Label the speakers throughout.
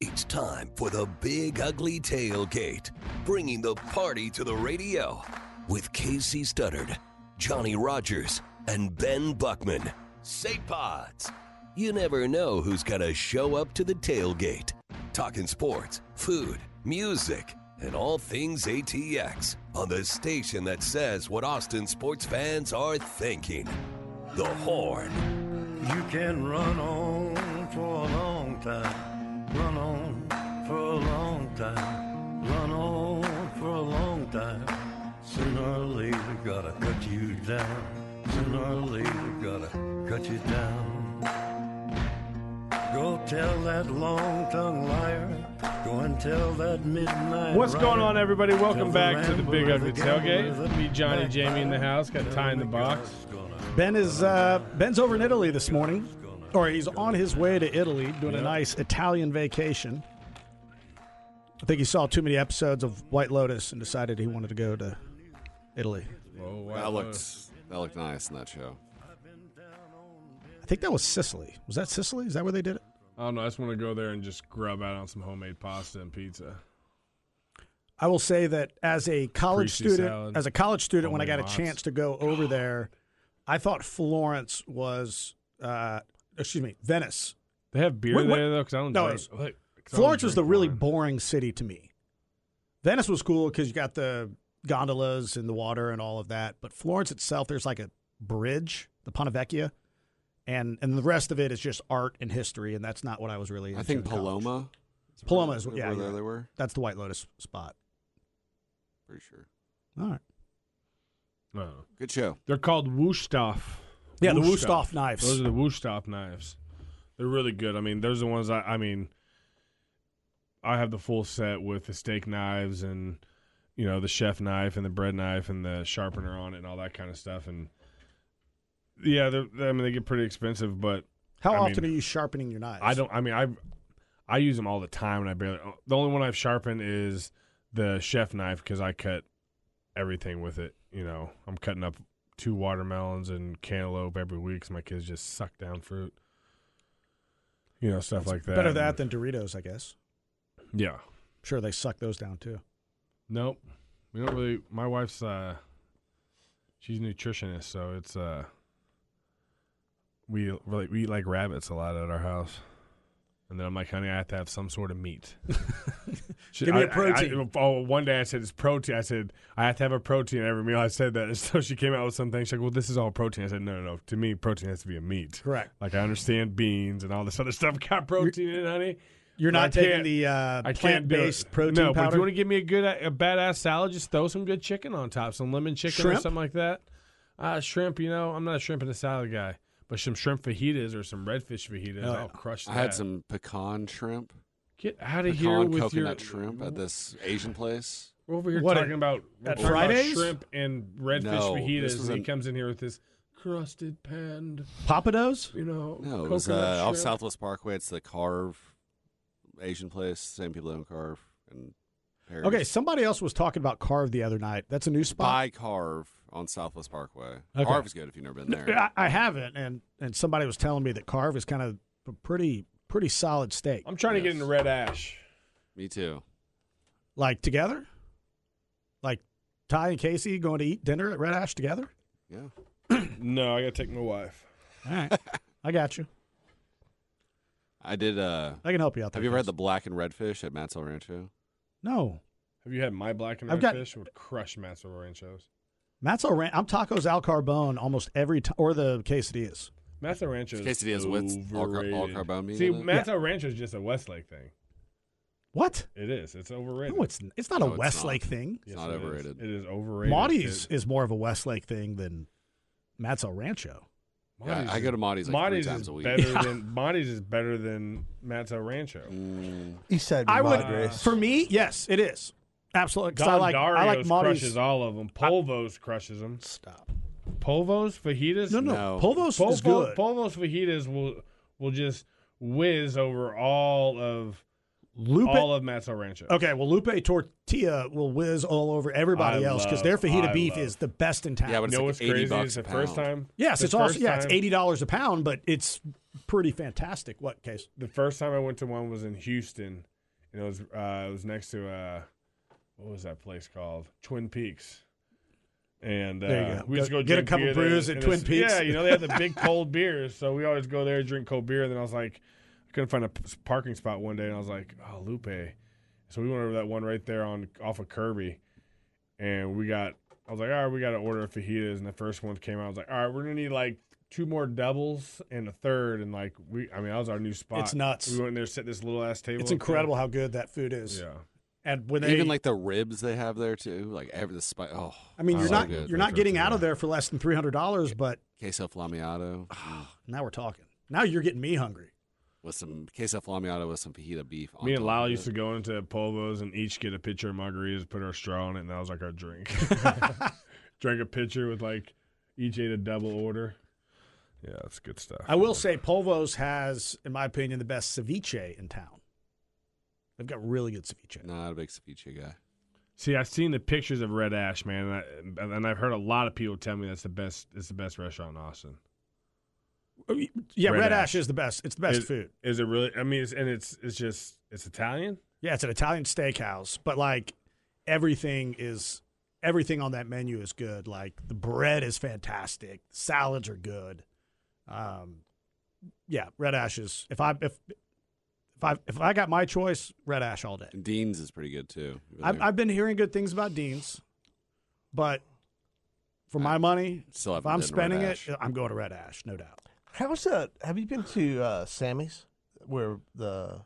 Speaker 1: It's time for the Big Ugly Tailgate, bringing the party to the radio with Casey Studdard, Johnny Rogers, and Ben Buckman. Say pods. You never know who's going to show up to the tailgate. Talking sports, food, music, and all things ATX on the station that says what Austin sports fans are thinking. The Horn.
Speaker 2: You can run on for a long time, run on for a long time, run on for a long time. Sooner or later, gotta cut you down. Sooner or later, gotta cut you down. Go tell that long tongued liar, go and tell that midnight.
Speaker 3: What's going on,
Speaker 2: rider.
Speaker 3: everybody? Welcome
Speaker 2: Tell the
Speaker 3: back to the Big
Speaker 2: rambler,
Speaker 3: Ugly
Speaker 2: the gambler,
Speaker 3: Tailgate.
Speaker 2: the
Speaker 3: Me, Johnny, Jamie in the house. Got Ty in the box.
Speaker 4: Ben is uh, Ben's over in Italy this morning, or he's on his way to Italy doing a nice Italian vacation. I think he saw too many episodes of White Lotus and decided he wanted to go to Italy.
Speaker 3: Oh, wow.
Speaker 5: That looked that looked nice in that show.
Speaker 4: I think that was Sicily. Was that Sicily? Is that where they did it?
Speaker 3: I don't know. I just want to go there and just grub out on some homemade pasta and pizza.
Speaker 4: I will say that as a college
Speaker 3: Caprese
Speaker 4: student,
Speaker 3: salad,
Speaker 4: as a college student, when I got
Speaker 3: homemade
Speaker 4: a
Speaker 3: lox.
Speaker 4: chance to go over there, I thought Florence was, uh, excuse me, Venice.
Speaker 3: They have beer
Speaker 4: Wait, what-
Speaker 3: there though, because I don't
Speaker 4: No,
Speaker 3: drink- like,
Speaker 4: it's-
Speaker 3: 'cause I don't
Speaker 4: Florence was the
Speaker 3: drink
Speaker 4: really
Speaker 3: wine.
Speaker 4: boring city to me. Venice was cool because you got the gondolas and the water and all of that. But Florence itself, there's like a bridge, the Ponte Vecchia, and and the rest of it is just art and history, and that's not what I was really.
Speaker 5: I
Speaker 4: into
Speaker 5: think
Speaker 4: in college.
Speaker 5: Paloma. where-
Speaker 4: Paloma is yeah,
Speaker 5: where
Speaker 4: yeah.
Speaker 5: they were.
Speaker 4: That's the White Lotus spot.
Speaker 5: Pretty sure.
Speaker 4: All right.
Speaker 3: I don't know.
Speaker 5: Good show.
Speaker 3: They're called Wusthof.
Speaker 4: Yeah, the Wusthof knives.
Speaker 3: Those are the Wusthof knives. They're really good. I mean, those are the ones I. I mean, I have the full set with the steak knives and you know the chef knife and the bread knife and the sharpener on it and all that kind of stuff. And yeah, they're, I mean they get pretty expensive, but
Speaker 4: How
Speaker 3: I
Speaker 4: often
Speaker 3: mean-
Speaker 4: are you sharpening your knives?
Speaker 3: I don't. I mean, I I use them all the time, and I barely. The only one I've sharpened is the chef knife because I cut everything with it. You know, I'm cutting up two watermelons and cantaloupe every week. 'cause my kids just suck down fruit. You know, stuff like that.
Speaker 4: Better that than Doritos, I guess.
Speaker 3: yeah.
Speaker 4: Sure, they suck those down too.
Speaker 3: Nope. We don't really. My wife's uh, she's a nutritionist, so it's uh, we really we eat like rabbits a lot at our house. And then I'm like, honey, I have to have some sort of meat. She-
Speaker 4: Give me a
Speaker 3: I- I-
Speaker 4: protein.
Speaker 3: I, oh, one day I said it's protein. I said I have to have a protein every meal. I said that, and so she came out with something. She's like, well, this is all protein. I said, no, no, no. To me, protein has to be a meat.
Speaker 4: Correct.
Speaker 3: Like I understand beans and all this other stuff got protein in, it, honey.
Speaker 4: You're
Speaker 3: But I
Speaker 4: not taking
Speaker 3: can't-
Speaker 4: the
Speaker 3: I
Speaker 4: uh,
Speaker 3: can't do
Speaker 4: plant-based
Speaker 3: it.
Speaker 4: protein
Speaker 3: No, but if
Speaker 4: powder.
Speaker 3: you want to give me a good, a badass salad, just throw some good chicken on top, some lemon chicken or
Speaker 4: Shrimp?
Speaker 3: something like that. Uh, shrimp, you know, I'm not a shrimp and a salad guy, but some shrimp fajitas or some redfish fajitas,
Speaker 4: Oh,
Speaker 3: I'll crush that.
Speaker 5: I had some pecan shrimp,
Speaker 3: Get out of here
Speaker 5: pecan
Speaker 3: with
Speaker 5: coconut
Speaker 3: your
Speaker 5: shrimp at this Asian place.
Speaker 3: We're over here
Speaker 4: What,
Speaker 3: talking
Speaker 4: at-
Speaker 3: about we're
Speaker 4: at
Speaker 3: talking about
Speaker 4: Fridays?
Speaker 3: shrimp and redfish
Speaker 5: No, this
Speaker 3: fajitas,
Speaker 5: was
Speaker 3: and he
Speaker 5: in-
Speaker 3: comes in here with this crusted pan,
Speaker 4: Papados?
Speaker 3: you know,
Speaker 5: No, it was
Speaker 3: coconut
Speaker 5: uh, off
Speaker 3: shrimp.
Speaker 5: Southwest Parkway. It's the Carve Asian place. Same people that own Carve and Harry's.
Speaker 4: Okay, somebody else was talking about Carve the other night. That's a new spot.
Speaker 5: Buy Carve on Southwest Parkway.
Speaker 4: Okay.
Speaker 5: Carve is good if you've never been there.
Speaker 4: I, I haven't, and and somebody was telling me that Carve is kind of a pretty pretty solid steak.
Speaker 3: I'm trying to get
Speaker 5: Yes.
Speaker 3: into red ash.
Speaker 5: Me too.
Speaker 4: Like together, like Ty and Casey going to eat dinner at Red Ash together.
Speaker 5: Yeah.
Speaker 3: No, I gotta take my wife.
Speaker 4: All right, I got you.
Speaker 5: I did. Uh,
Speaker 4: I can help you out. There,
Speaker 5: have you ever had
Speaker 4: Casey.
Speaker 5: the black and red fish at Matt's El Rancho?
Speaker 4: No,
Speaker 3: Have you had my black and
Speaker 4: I've
Speaker 3: red
Speaker 4: got-
Speaker 3: fish? It would crush Master Ranchos.
Speaker 4: Matt's all ran- I'm tacos al carbone almost every time, or the quesadillas.
Speaker 3: Master Ranchos.
Speaker 5: Quesadillas with all car- all
Speaker 3: overrated.
Speaker 5: carbone meat
Speaker 3: See,
Speaker 5: in it?
Speaker 3: Master Ranchos is just a Westlake thing.
Speaker 4: What?
Speaker 3: It is. It's overrated.
Speaker 4: No, it's it's not
Speaker 5: No,
Speaker 4: a
Speaker 5: it's
Speaker 4: Westlake
Speaker 5: not.
Speaker 4: thing.
Speaker 5: It's not
Speaker 3: it is.
Speaker 5: overrated.
Speaker 3: It is overrated.
Speaker 4: Marty's
Speaker 3: It-
Speaker 4: is more of a Westlake thing than Matt's El Rancho.
Speaker 5: Yeah, I go to Monty's like three
Speaker 3: Monty's
Speaker 5: times
Speaker 3: is
Speaker 5: a week.
Speaker 3: better than Monty's is better than Matt's El Rancho.
Speaker 5: Mm.
Speaker 6: East Side
Speaker 4: I would,
Speaker 6: Madres.
Speaker 4: for me, yes, it is absolutely. 'cause
Speaker 3: Don
Speaker 4: I like,
Speaker 3: Dario's
Speaker 4: I like Monty's.
Speaker 3: crushes all of them. Polvos crushes them.
Speaker 4: Stop.
Speaker 3: Polvos fajitas.
Speaker 4: No, no,
Speaker 5: No.
Speaker 4: Polvos
Speaker 3: Pol-
Speaker 4: is good.
Speaker 3: Pol- Polvos fajitas will will just whiz over all of
Speaker 4: Lupe.
Speaker 3: all of Matt's El Rancho.
Speaker 4: okay, well, Lupe Tortilla will whiz all over everybody
Speaker 3: I
Speaker 4: else because
Speaker 3: love-
Speaker 4: their fajita
Speaker 3: I
Speaker 4: beef
Speaker 3: love-
Speaker 4: is the best in town.
Speaker 5: Yeah, but
Speaker 3: You
Speaker 5: it's
Speaker 3: know
Speaker 5: like
Speaker 3: what's
Speaker 5: 80
Speaker 3: crazy
Speaker 5: bucks
Speaker 3: is
Speaker 5: a
Speaker 3: the first
Speaker 5: pound.
Speaker 3: time.
Speaker 4: yes,
Speaker 3: the
Speaker 4: it's also
Speaker 3: first
Speaker 4: yeah, it's
Speaker 3: time-
Speaker 4: eighty dollars a pound, but it's pretty fantastic. What case?
Speaker 3: the first time I went to one was in Houston, and it was uh, it was next to uh, what was that place called? Twin Peaks. And uh,
Speaker 4: There you go.
Speaker 3: we used to
Speaker 4: Go-
Speaker 3: go
Speaker 4: get a
Speaker 3: drink
Speaker 4: couple
Speaker 3: beer there,
Speaker 4: brews at
Speaker 3: and
Speaker 4: Twin
Speaker 3: it's-
Speaker 4: Peaks.
Speaker 3: Yeah, you know they have the big cold beers, so we always go there drink cold beer. And then I was like, I couldn't find a p- parking spot one day, and I was like, oh Lupe. So we went over that one right there on off of Kirby, and we got. I was like, all right, we got to order fajitas, and the first one came out. I was like, all right, we're gonna need like two more doubles and a third, and like we. I mean, that was our new spot.
Speaker 4: It's nuts.
Speaker 3: We went in there, set this little ass table. up
Speaker 4: It's
Speaker 3: there.
Speaker 4: incredible how good that food is.
Speaker 3: Yeah.
Speaker 4: And when they
Speaker 5: Even like the ribs they have there too, like every the spice. Oh,
Speaker 4: I mean, you're
Speaker 5: so
Speaker 4: not
Speaker 5: good.
Speaker 4: you're not getting out of there for less than three hundred dollars, but
Speaker 5: queso flamiato mm,
Speaker 4: now we're talking. Now you're getting me hungry.
Speaker 5: with some queso flamiato with some fajita beef. On
Speaker 3: Me and
Speaker 5: top
Speaker 3: Lyle
Speaker 5: of
Speaker 3: used
Speaker 5: it.
Speaker 3: to go into Polvos and each get a pitcher of margaritas, put our straw in it, and that was like our drink. Drank a pitcher with like each ate a double order. Yeah, that's good stuff.
Speaker 4: I will say, Polvos has, in my opinion, the best ceviche in town. They've got really good ceviche.
Speaker 5: Not a big ceviche guy.
Speaker 3: See, I've seen the pictures of Red Ash, man, and, I, and- and I've heard a lot of people tell me that's the best. It's the best restaurant in Austin.
Speaker 4: Yeah, Red,
Speaker 3: Red
Speaker 4: Ash.
Speaker 3: Ash
Speaker 4: is the best. It's the best
Speaker 3: Is-
Speaker 4: food.
Speaker 3: Is it really? I mean, it's, and it's it's just it's Italian.
Speaker 4: Yeah, it's an Italian steakhouse, but like everything is everything on that menu is good. Like the bread is fantastic. Salads are good. Um, yeah, Red Ash is. If I if if I if I got my choice, Red Ash all day.
Speaker 5: And Dean's is pretty good too. You've been
Speaker 4: I've,
Speaker 5: there.
Speaker 4: I've been hearing good things about Dean's, but for my money,
Speaker 5: still
Speaker 4: if
Speaker 5: haven't
Speaker 4: I'm
Speaker 5: been to Red
Speaker 4: spending it,
Speaker 5: Ash.
Speaker 4: I'm going to Red Ash, no doubt.
Speaker 6: How's that? Have you been to uh, Sammy's? Where the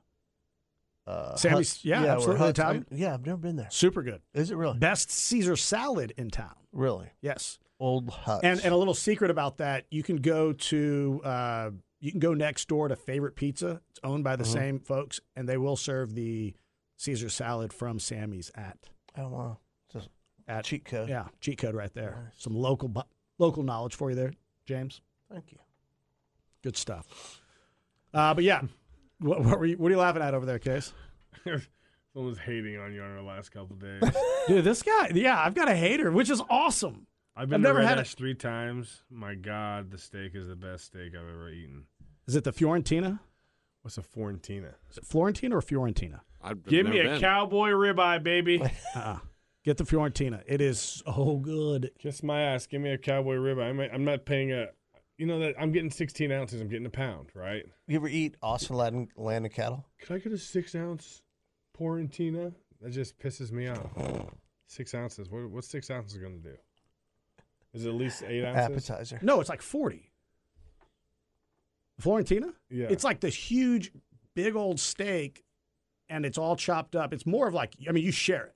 Speaker 6: uh,
Speaker 4: Sammy's-
Speaker 6: Hunt's-
Speaker 4: yeah,
Speaker 6: where
Speaker 4: absolutely
Speaker 6: Hunt's-
Speaker 4: Italian.
Speaker 6: I- yeah, I've never been there.
Speaker 4: Super good.
Speaker 6: Is it really?
Speaker 4: Best Caesar salad in town.
Speaker 6: Really?
Speaker 4: Yes.
Speaker 6: Old Huts.
Speaker 4: And and a little secret about that, you can go to uh, you can go next door to Favorite Pizza. It's owned by the
Speaker 6: Mhm.
Speaker 4: same folks, and they will serve the Caesar salad from Sammy's at
Speaker 6: oh wow, just
Speaker 4: at
Speaker 6: cheat code.
Speaker 4: yeah cheat code right there.
Speaker 6: Nice.
Speaker 4: Some local bu- local knowledge for you there, James.
Speaker 6: Thank you.
Speaker 4: Good stuff. Uh, but yeah, what, what were you, what are you laughing at over there, Case?
Speaker 3: Someone's hating on you on our last couple days.
Speaker 4: Dude, this guy. Yeah, I've got a hater, which is awesome.
Speaker 3: I've been
Speaker 4: I've
Speaker 3: to
Speaker 4: never
Speaker 3: Red
Speaker 4: had a-
Speaker 3: Ash three times. My God, the steak is the best steak I've ever eaten.
Speaker 4: Is it the Fiorentina?
Speaker 3: What's a Fiorentina?
Speaker 4: Is it Florentina or Fiorentina?
Speaker 5: I've
Speaker 3: Give
Speaker 5: never
Speaker 3: me a
Speaker 5: been.
Speaker 3: cowboy ribeye, baby.
Speaker 4: Uh-uh. Get the Fiorentina. It is so good.
Speaker 3: Kiss my ass. Give me a cowboy ribeye. I'm, I'm not paying a. You know that I'm getting 16 ounces. I'm getting a pound, right?
Speaker 6: You ever eat Austin Latin land of cattle?
Speaker 3: Could I get a six ounce Porentina? That just pisses me off. Six ounces. What, what's six ounces going to do? Is it at least eight ounces?
Speaker 6: Appetizer.
Speaker 4: No, it's like 40. Florentina?
Speaker 3: Yeah.
Speaker 4: It's like this huge, big old steak, and it's all chopped up. It's more of like, I mean, you share it.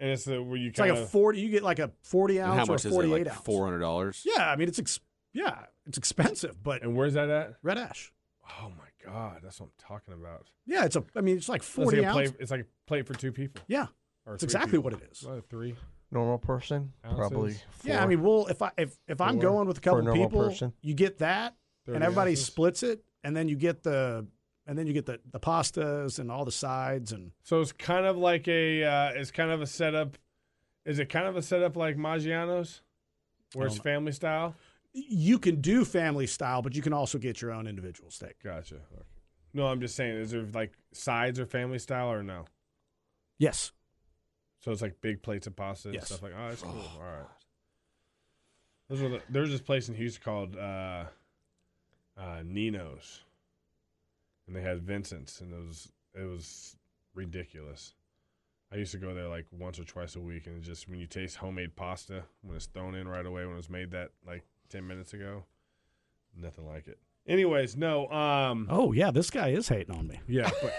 Speaker 3: and it's the where you
Speaker 4: It's like
Speaker 3: kind
Speaker 4: a
Speaker 3: of.
Speaker 4: 40, you get like a 40
Speaker 5: And how
Speaker 4: ounce or a
Speaker 5: much is it?
Speaker 4: 48
Speaker 5: Like
Speaker 4: ounce.
Speaker 5: four hundred dollars.
Speaker 4: Yeah, I mean, it's, ex- yeah, it's expensive, but
Speaker 3: and where's that at?
Speaker 4: Red Ash.
Speaker 3: Oh my God, that's what I'm talking about.
Speaker 4: Yeah, it's a, I mean, it's like
Speaker 3: It's like,
Speaker 4: 40
Speaker 3: a
Speaker 4: ounces.
Speaker 3: plate, it's like a plate for two people.
Speaker 4: Yeah.
Speaker 3: Or
Speaker 4: That's
Speaker 3: three
Speaker 4: exactly
Speaker 3: people.
Speaker 4: what it is.
Speaker 3: Uh, three.
Speaker 6: Normal person, probably.
Speaker 3: Ounces.
Speaker 6: Four.
Speaker 4: Yeah, I mean, well, if I if if i I'm
Speaker 3: Four.
Speaker 4: going with a
Speaker 6: For a
Speaker 4: couple
Speaker 6: normal
Speaker 4: people,
Speaker 6: person.
Speaker 4: you get that,
Speaker 3: 30
Speaker 4: and everybody
Speaker 3: ounces.
Speaker 4: splits it, and then you get the and then you get the the pastas and all the sides and
Speaker 3: So it's kind of like a uh, it's kind of a setup. Is it kind of a setup like Maggiano's, where it's
Speaker 4: Um,
Speaker 3: family style?
Speaker 4: you can do family style, but you can also get your own individual steak.
Speaker 3: Gotcha. Okay. No, I'm just saying, is there like sides or family style or no?
Speaker 4: Yes,
Speaker 3: So it's like big plates of pasta and
Speaker 4: Yes.
Speaker 3: stuff like. Oh, that's cool. All right. Those were the, there's this place in Houston called uh, uh, Nino's, and they had Vincent's, and it was it was ridiculous. I used to go there like once or twice a week, and it just when you taste homemade pasta when it's thrown in right away when it was made that like ten minutes ago, nothing like it. Anyways, no, um,
Speaker 4: Oh yeah, this guy is hating on me.
Speaker 3: yeah, but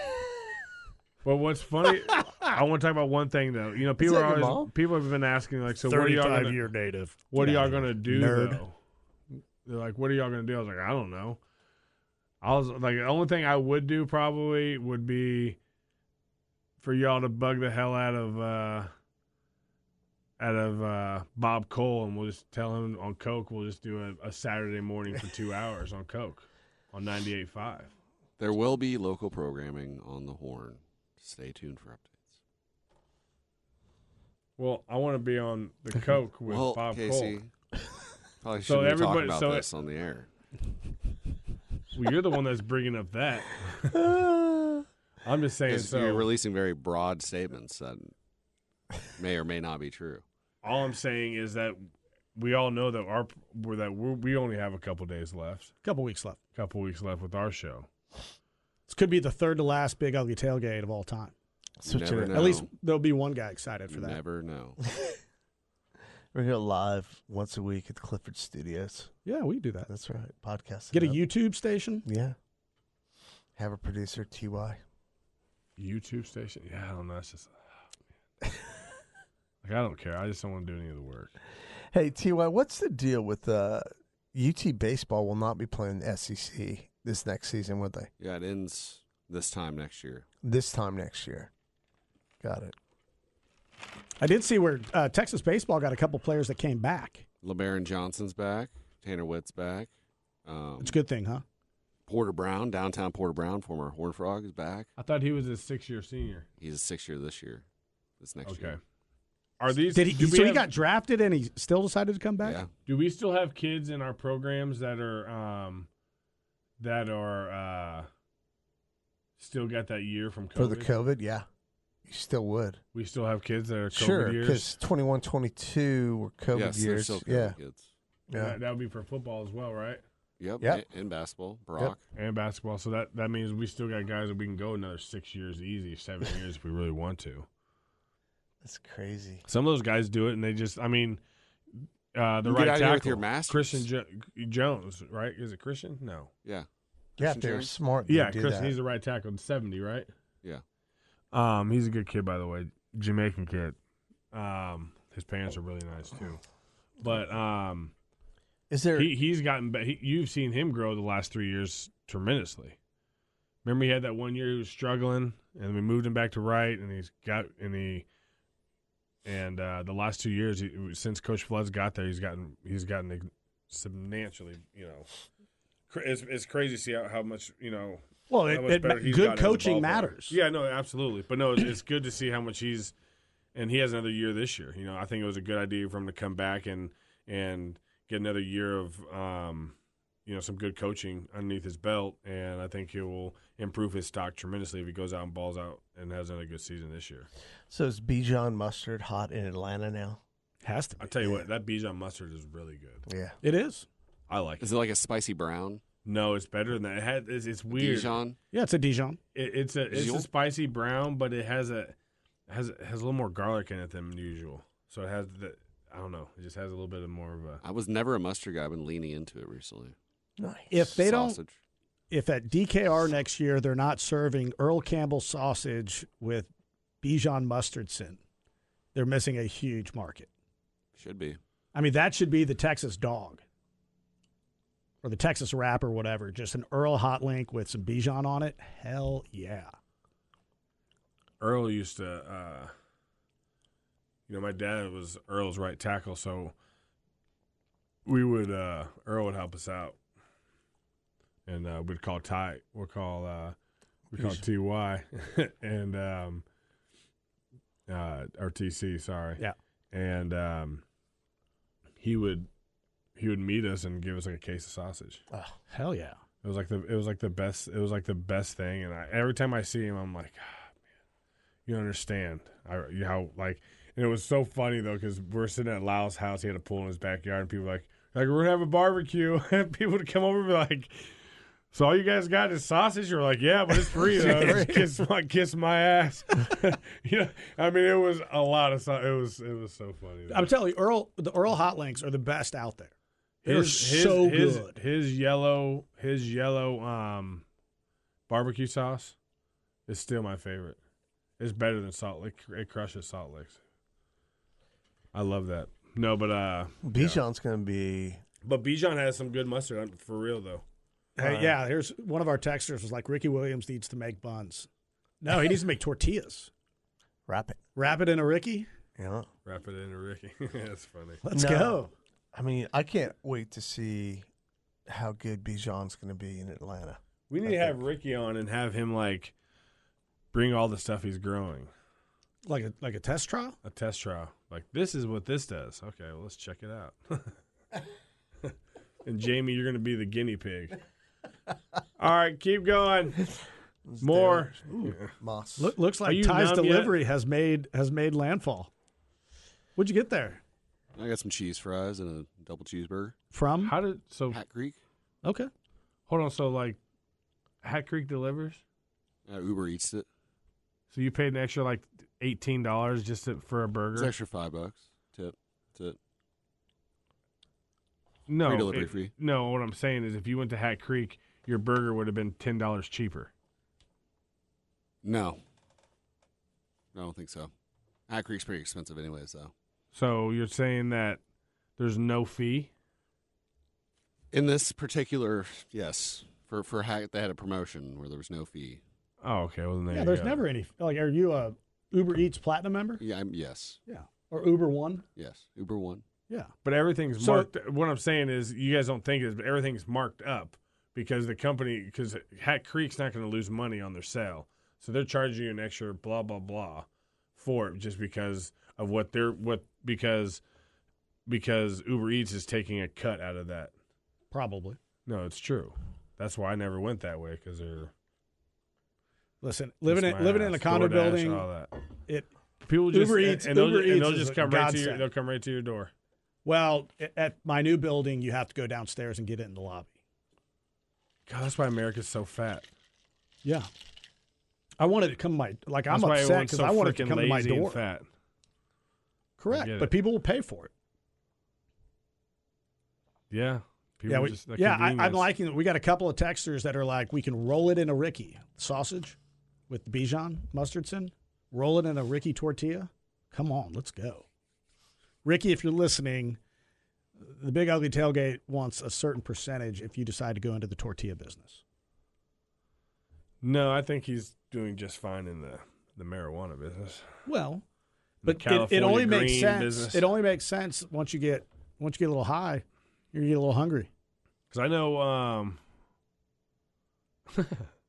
Speaker 3: but what's funny? I want to talk about one thing though. You know, people
Speaker 6: that
Speaker 3: are
Speaker 6: your
Speaker 3: always
Speaker 6: mom?
Speaker 3: people have been asking like, so what are y'all gonna,
Speaker 4: year native.
Speaker 3: what are
Speaker 4: Get
Speaker 3: y'all
Speaker 4: outta here.
Speaker 3: gonna do
Speaker 4: nerd?
Speaker 3: though? They're like, "What are y'all gonna do?" I was like, "I don't know." I was like, the only thing I would do probably would be for y'all to bug the hell out of uh out of uh Bob Cole, and we'll just tell him on Coke. We'll just do a, a Saturday morning for two hours on Coke on 98.5.
Speaker 5: There will be local programming on the horn. Stay tuned for updates.
Speaker 3: Well, I want to be on the Coke with
Speaker 5: well,
Speaker 3: Bob
Speaker 5: Casey,
Speaker 3: Cole.
Speaker 5: probably
Speaker 3: So
Speaker 5: shouldn't be talking
Speaker 3: everybody-
Speaker 5: about
Speaker 3: so-
Speaker 5: this on the air.
Speaker 3: Well, you're the one that's bringing up that. I'm just saying.
Speaker 5: 'Cause
Speaker 3: So
Speaker 5: You're releasing very broad statements that may or may not be true.
Speaker 3: all I'm saying is that we all know that our we're, that we're, we only have a couple days left,
Speaker 4: A couple weeks left.
Speaker 3: a couple weeks left with our show.
Speaker 4: This could be the third to last big ugly tailgate of all time.
Speaker 5: You
Speaker 6: Switch
Speaker 5: never
Speaker 6: it.
Speaker 5: know.
Speaker 4: At least there'll be one guy excited for
Speaker 5: you
Speaker 4: that.
Speaker 5: never know.
Speaker 6: We're here live once a week at the Clifford Studios.
Speaker 4: Yeah, we do that.
Speaker 6: That's right. Podcast.
Speaker 4: Get a
Speaker 6: up.
Speaker 4: YouTube station.
Speaker 6: Yeah. Have a producer, TY.
Speaker 3: YouTube station? Yeah, I don't know. It's just oh, like I don't care. I just don't want to do any of the work.
Speaker 6: Hey, TY, what's the deal with uh, UT baseball will not be playing the SEC this next season, would they?
Speaker 5: Yeah, it ends this time next year.
Speaker 6: This time next year. Got it.
Speaker 4: I did see where uh, Texas baseball got a couple players that came back.
Speaker 5: LeBaron Johnson's back. Tanner Witt's back.
Speaker 3: Oh.
Speaker 5: Um,
Speaker 4: It's a good thing, huh?
Speaker 5: Porter Brown, downtown Porter Brown, former Horn Frog, is back.
Speaker 3: I thought he was a six-year senior.
Speaker 5: He's a six year this year. This next
Speaker 3: Okay.
Speaker 5: year.
Speaker 3: Are these?
Speaker 4: Did he?
Speaker 3: do we
Speaker 4: So he
Speaker 3: have-
Speaker 4: got drafted and he still decided to come back.
Speaker 5: Yeah.
Speaker 3: Do we still have kids in our programs that are um that are uh still got that year from COVID?
Speaker 6: For the COVID, yeah. You still would.
Speaker 3: we still have kids that are COVID
Speaker 6: sure,
Speaker 3: years.
Speaker 6: because 21 22 were COVID
Speaker 5: yes, they're
Speaker 6: years.
Speaker 5: still COVID
Speaker 6: yeah.
Speaker 5: kids.
Speaker 6: Yeah.
Speaker 3: That, that would be for football as well, right?
Speaker 5: Yep.
Speaker 6: Yep.
Speaker 5: a- And basketball. Brock.
Speaker 3: And basketball. So that that means we still got guys that we can go another six years easy, seven years if we really want to.
Speaker 6: That's crazy.
Speaker 3: Some of those guys do it, and they just, I mean, uh, the
Speaker 5: You get
Speaker 3: right
Speaker 5: out of
Speaker 3: tackle,
Speaker 5: here with your masters.
Speaker 3: Christian jo- Jones, right? Is it Christian? No.
Speaker 5: Yeah.
Speaker 6: Yeah,
Speaker 5: Christian
Speaker 6: if they were
Speaker 5: Jones?
Speaker 6: smart,
Speaker 3: Yeah,
Speaker 6: yeah, do
Speaker 3: Christian.
Speaker 6: that.
Speaker 3: He's the right tackle, in seventy, right?
Speaker 5: Yeah.
Speaker 3: Um, he's a good kid, by the way, Jamaican kid. Um, his parents are really nice too, but um,
Speaker 6: Is there?
Speaker 3: he he's gotten. Be- he, you've seen him grow the last three years tremendously. Remember, he had that one year he was struggling, and we moved him back to right, and he's got and he and uh, the last two years he, since Coach Flood's got there, he's gotten he's gotten substantially. You know, cra- it's it's crazy to see how, how much you know
Speaker 4: Well,
Speaker 3: how
Speaker 4: it,
Speaker 3: much
Speaker 4: it,
Speaker 3: better he's
Speaker 4: good
Speaker 3: gotten as a
Speaker 4: coaching
Speaker 3: ball player.
Speaker 4: matters.
Speaker 3: Yeah, no, absolutely. But no, it's, it's good to see how much he's, and he has another year this year. You know, I think it was a good idea for him to come back and and get another year of, um, you know, some good coaching underneath his belt, and I think he will improve his stock tremendously if he goes out and balls out and has another good season this year.
Speaker 6: so is Bijan Mustard hot in Atlanta now?
Speaker 4: Has to. Be.
Speaker 3: I tell you what, that Bijan mustard is really good.
Speaker 6: Yeah.
Speaker 4: It is.
Speaker 3: I like it.
Speaker 5: Is it like a spicy brown?
Speaker 3: No, it's better than that. It had, it's, it's weird.
Speaker 5: Dijon?
Speaker 4: Yeah, it's a Dijon.
Speaker 3: It, it's a it's a
Speaker 5: Dijon?
Speaker 3: spicy brown, but it has a has has a little more garlic in it than usual. So it has the I don't know. It just has a little bit of more of a.
Speaker 5: I was never a mustard guy. I've been leaning into it recently.
Speaker 6: Nice.
Speaker 4: If they don't,
Speaker 5: Sausage.
Speaker 4: if at DKR next year they're not serving Earl Campbell sausage with Bijan mustard sin, they're missing a huge market.
Speaker 5: Should be.
Speaker 4: I mean, that should be the Texas dog or the Texas wrap or whatever. Just an Earl hot link with some Bijan on it. Hell yeah.
Speaker 3: Earl used to, uh, you know, my dad was Earl's right tackle, so we would uh, Earl would help us out, and uh, we'd call Ty, we'd call uh, we call Ty, and um, uh, or TC, sorry,
Speaker 4: Yeah.
Speaker 3: and um, he would he would meet us and give us like a case of sausage.
Speaker 4: Oh, hell yeah.
Speaker 3: It was like the it was like the best it was like the best thing, and I, every time I see him, I'm like, ah, man, you understand? I you how like, and it was so funny though because we're sitting at Lyle's house. He had a pool in his backyard, and people were like like we're gonna have a barbecue. and people would come over and be like. So all you guys got is sausage. You're like, yeah, but it's free though. Just kiss my kiss my ass. you know, I mean, it was a lot of. sau- It was it was so funny. though.
Speaker 4: I'm telling you, Earl, the Earl hot links are the best out there. They're so good.
Speaker 3: His yellow, his yellow um, barbecue sauce is still my favorite. It's better than Salt Lake. It crushes Salt Lakes. I love that. No, but uh,
Speaker 6: Bijan's going to be
Speaker 3: But Bijan has some good mustard I'm- for real though.
Speaker 4: Hey, yeah, here's one of our texters was like, Ricky Williams needs to make buns. No, he needs to make tortillas.
Speaker 6: Wrap it.
Speaker 4: Wrap it in a Ricky.
Speaker 6: Yeah.
Speaker 3: Wrap it in, Ricky. That's funny.
Speaker 4: Let's
Speaker 6: No.
Speaker 4: go.
Speaker 6: I mean, I can't wait to see how good Bijan's going to be in Atlanta.
Speaker 3: We need to have Ricky on and have him like bring all the stuff he's growing.
Speaker 4: Like a like a test trial.
Speaker 3: A test trial. Like this is what this does. Okay, well let's check it out. and Jamie, you're gonna be the guinea pig. All right, keep going. More.
Speaker 6: Moss.
Speaker 4: Look, looks
Speaker 3: Are
Speaker 4: like
Speaker 3: you
Speaker 4: Ty's
Speaker 3: numb yet?
Speaker 4: delivery has made has made landfall. What'd you get there
Speaker 5: I got some cheese fries and a double cheeseburger.
Speaker 4: from?
Speaker 3: How did so
Speaker 5: Hat Creek.
Speaker 4: Okay,
Speaker 3: hold on, so like Hat Creek delivers?
Speaker 5: Uh, Uber eats it.
Speaker 3: So you paid an extra like eighteen dollars just to, for a
Speaker 5: It's
Speaker 3: burger?
Speaker 5: extra five bucks. Tip. Tip.
Speaker 3: no,
Speaker 5: free delivery free.
Speaker 3: No, what I'm saying is if you went to Hat Creek, your burger would have been ten dollars cheaper.
Speaker 5: No. I don't think so. Hat Creek's pretty expensive anyways, though.
Speaker 3: So you're saying that there's no fee?
Speaker 5: In this particular, yes, for for Hackett, they had a promotion where there was no fee.
Speaker 3: Oh, okay. Well, then there
Speaker 4: yeah.
Speaker 3: you
Speaker 4: There's
Speaker 3: go.
Speaker 4: never any. Like, are you a Uber Eats Platinum member?
Speaker 5: Yeah, I'm, yes,
Speaker 4: Yeah, or Uber One?
Speaker 5: yes. Uber one.
Speaker 4: Yeah,
Speaker 3: But everything's
Speaker 4: So-
Speaker 3: marked. What I'm saying is, you guys don't think it is, but everything's marked up because the company, because Hat Creek's not going to lose money on their sale, so they're charging you an extra blah blah blah for it just because of what they're what because because Uber Eats is taking a cut out of that.
Speaker 4: probably.
Speaker 3: No, it's true. That's why I never went that way because they're
Speaker 4: Listen, living
Speaker 3: it's
Speaker 4: in
Speaker 3: my
Speaker 4: living in a
Speaker 3: ass,
Speaker 4: condo
Speaker 3: DoorDash,
Speaker 4: building,
Speaker 3: all that.
Speaker 4: it
Speaker 3: People just
Speaker 4: Uber
Speaker 3: and-
Speaker 4: Eats-
Speaker 3: and, they'll,
Speaker 4: Uber
Speaker 3: ju- and they'll
Speaker 4: Eats is
Speaker 3: just
Speaker 4: a
Speaker 3: come right to your
Speaker 4: godsend.
Speaker 3: they'll come right to your door.
Speaker 4: Well, a- at my new building, you have to go downstairs and get it in the lobby.
Speaker 3: God, that's why America's so fat.
Speaker 4: Yeah. I wanted to come to my like I'm
Speaker 3: That's why
Speaker 4: upset
Speaker 3: everyone's
Speaker 4: because
Speaker 3: so
Speaker 4: I wanted to
Speaker 3: freaking
Speaker 4: come to my
Speaker 3: lazy and
Speaker 4: door.
Speaker 3: Fat.
Speaker 4: Correct,
Speaker 3: get
Speaker 4: but
Speaker 3: it.
Speaker 4: people will pay for it.
Speaker 3: Yeah.
Speaker 4: yeah, we,
Speaker 3: just- the
Speaker 4: yeah. I, I'm
Speaker 3: convenience.
Speaker 4: liking. We got a couple of texters that are like, we can roll it in a Ricky sausage with the Bijan mustardson, roll it in a Ricky tortilla. Come on, let's go, Ricky. If you're listening, the Big Ugly Tailgate wants a certain percentage if you decide to go into the tortilla business.
Speaker 3: No, I think he's doing just fine in the, the marijuana business.
Speaker 4: Well,
Speaker 3: In the
Speaker 4: but it, it
Speaker 3: California
Speaker 4: only makes
Speaker 3: green
Speaker 4: sense.
Speaker 3: business.
Speaker 4: It only makes sense once you get once you get a little high, you're gonna get a little hungry.
Speaker 3: Because I know um,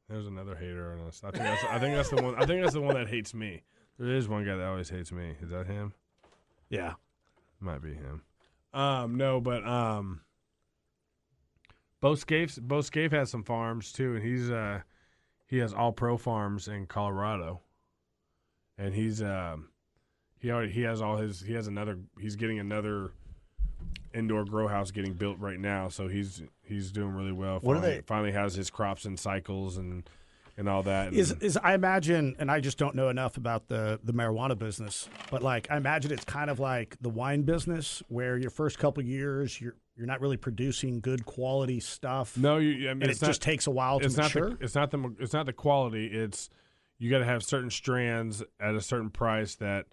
Speaker 3: there's another hater on us. I think that's, I think that's the one. I think that's the one that hates me. There is one guy that always hates me. Is that him?
Speaker 4: Yeah,
Speaker 3: Might be him. Um, no, but um, Bo Scafe's Bo Scafe has some farms too, and he's uh, he has all pro farms in Colorado, and he's um, he already he has all his he has another he's getting another indoor grow house getting built right now, so he's he's doing really well.
Speaker 6: What are
Speaker 3: finally,
Speaker 6: they-
Speaker 3: finally has his crops and cycles and and all that.
Speaker 4: is
Speaker 3: and-
Speaker 4: is I imagine, and I just don't know enough about the the marijuana business, but like I imagine it's kind of like the wine business, where your first couple years you're you're not really producing good quality stuff,
Speaker 3: no, you, I mean,
Speaker 4: and
Speaker 3: it's
Speaker 4: it just
Speaker 3: not-
Speaker 4: takes a while to
Speaker 3: it's not
Speaker 4: mature.
Speaker 3: the, it's not the it's not the quality. It's you got to have certain strands at a certain price that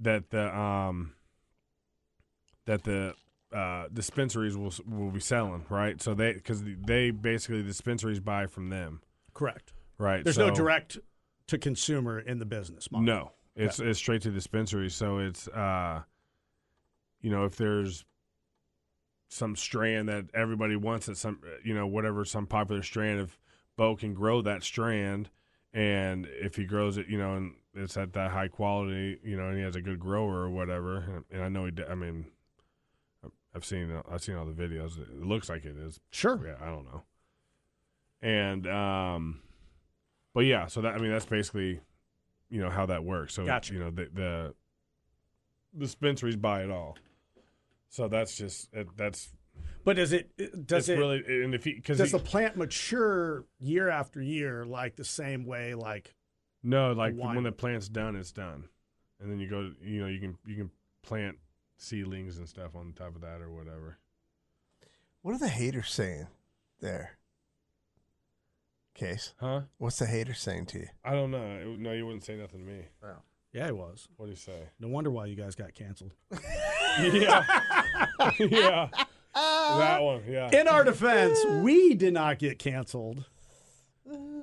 Speaker 3: that the um that the uh, dispensaries will will be selling right. So they because they basically the dispensaries buy from them
Speaker 4: Correct.
Speaker 3: right.
Speaker 4: There's
Speaker 3: So-
Speaker 4: no direct to consumer in the business model.
Speaker 3: no, it's it's straight to dispensary. So it's uh, you know, if there's some strand that everybody wants at some, you know, whatever some popular strand, if Bo can grow that strand, and if he grows it, you know, and it's at that high quality, you know, and he has a good grower or whatever, and, and I know he, d- I mean, I've seen I've seen all the videos. It looks like it is
Speaker 4: Sure.
Speaker 3: yeah, I don't know. And um, but yeah, so that I mean that's basically, you know how that works. So
Speaker 4: Gotcha.
Speaker 3: you know the the dispensaries buy it all. So that's just it, that's
Speaker 4: But does it it- does
Speaker 3: it's
Speaker 4: it
Speaker 3: really and if he because
Speaker 4: does the plant mature year after year like the same way like
Speaker 3: no like
Speaker 4: wine-
Speaker 3: when the plant's done it's done, and then you go you know you can you can plant seedlings and stuff on top of that or whatever.
Speaker 6: What are the haters saying there? Case,
Speaker 3: Huh?
Speaker 6: what's the hater saying to you?
Speaker 3: I don't know. No, you wouldn't say nothing to me.
Speaker 4: yeah it was
Speaker 3: What do you say?
Speaker 4: no wonder why you guys got canceled
Speaker 3: yeah. yeah. that one, yeah.
Speaker 4: In our defense, we did not get canceled.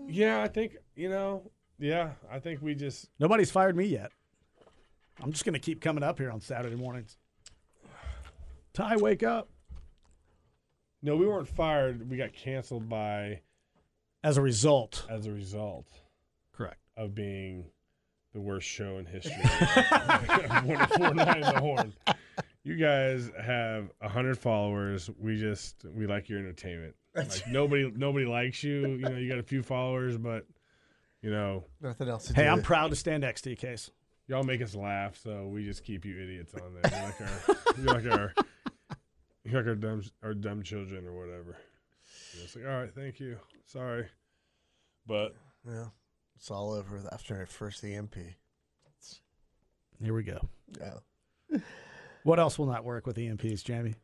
Speaker 3: Yeah, I think you know. Yeah, I think we just
Speaker 4: Nobody's fired me yet. I'm just going to keep coming up here on Saturday mornings. Ty, wake up.
Speaker 3: no, we weren't fired. We got canceled by
Speaker 4: As a result,
Speaker 3: as a result
Speaker 4: correct.
Speaker 3: of being the worst show in history. One of four nine the horn. You guys have hundred followers. We just we like your entertainment. Like nobody nobody likes you. You know, you got a few followers, but you know,
Speaker 6: Nothing else to do.
Speaker 4: Hey, I'm proud to stand next to you, Case.
Speaker 3: y'all make us laugh, so we just keep you idiots on there. You're like our, you're like our, you're like our dumb, our dumb children or whatever. And it's like, all right, thank you, sorry, but
Speaker 6: Yeah. It's all over after I first E EMP.
Speaker 4: Here we go.
Speaker 6: Yeah.
Speaker 4: What else will not work with EMPs, Jamie?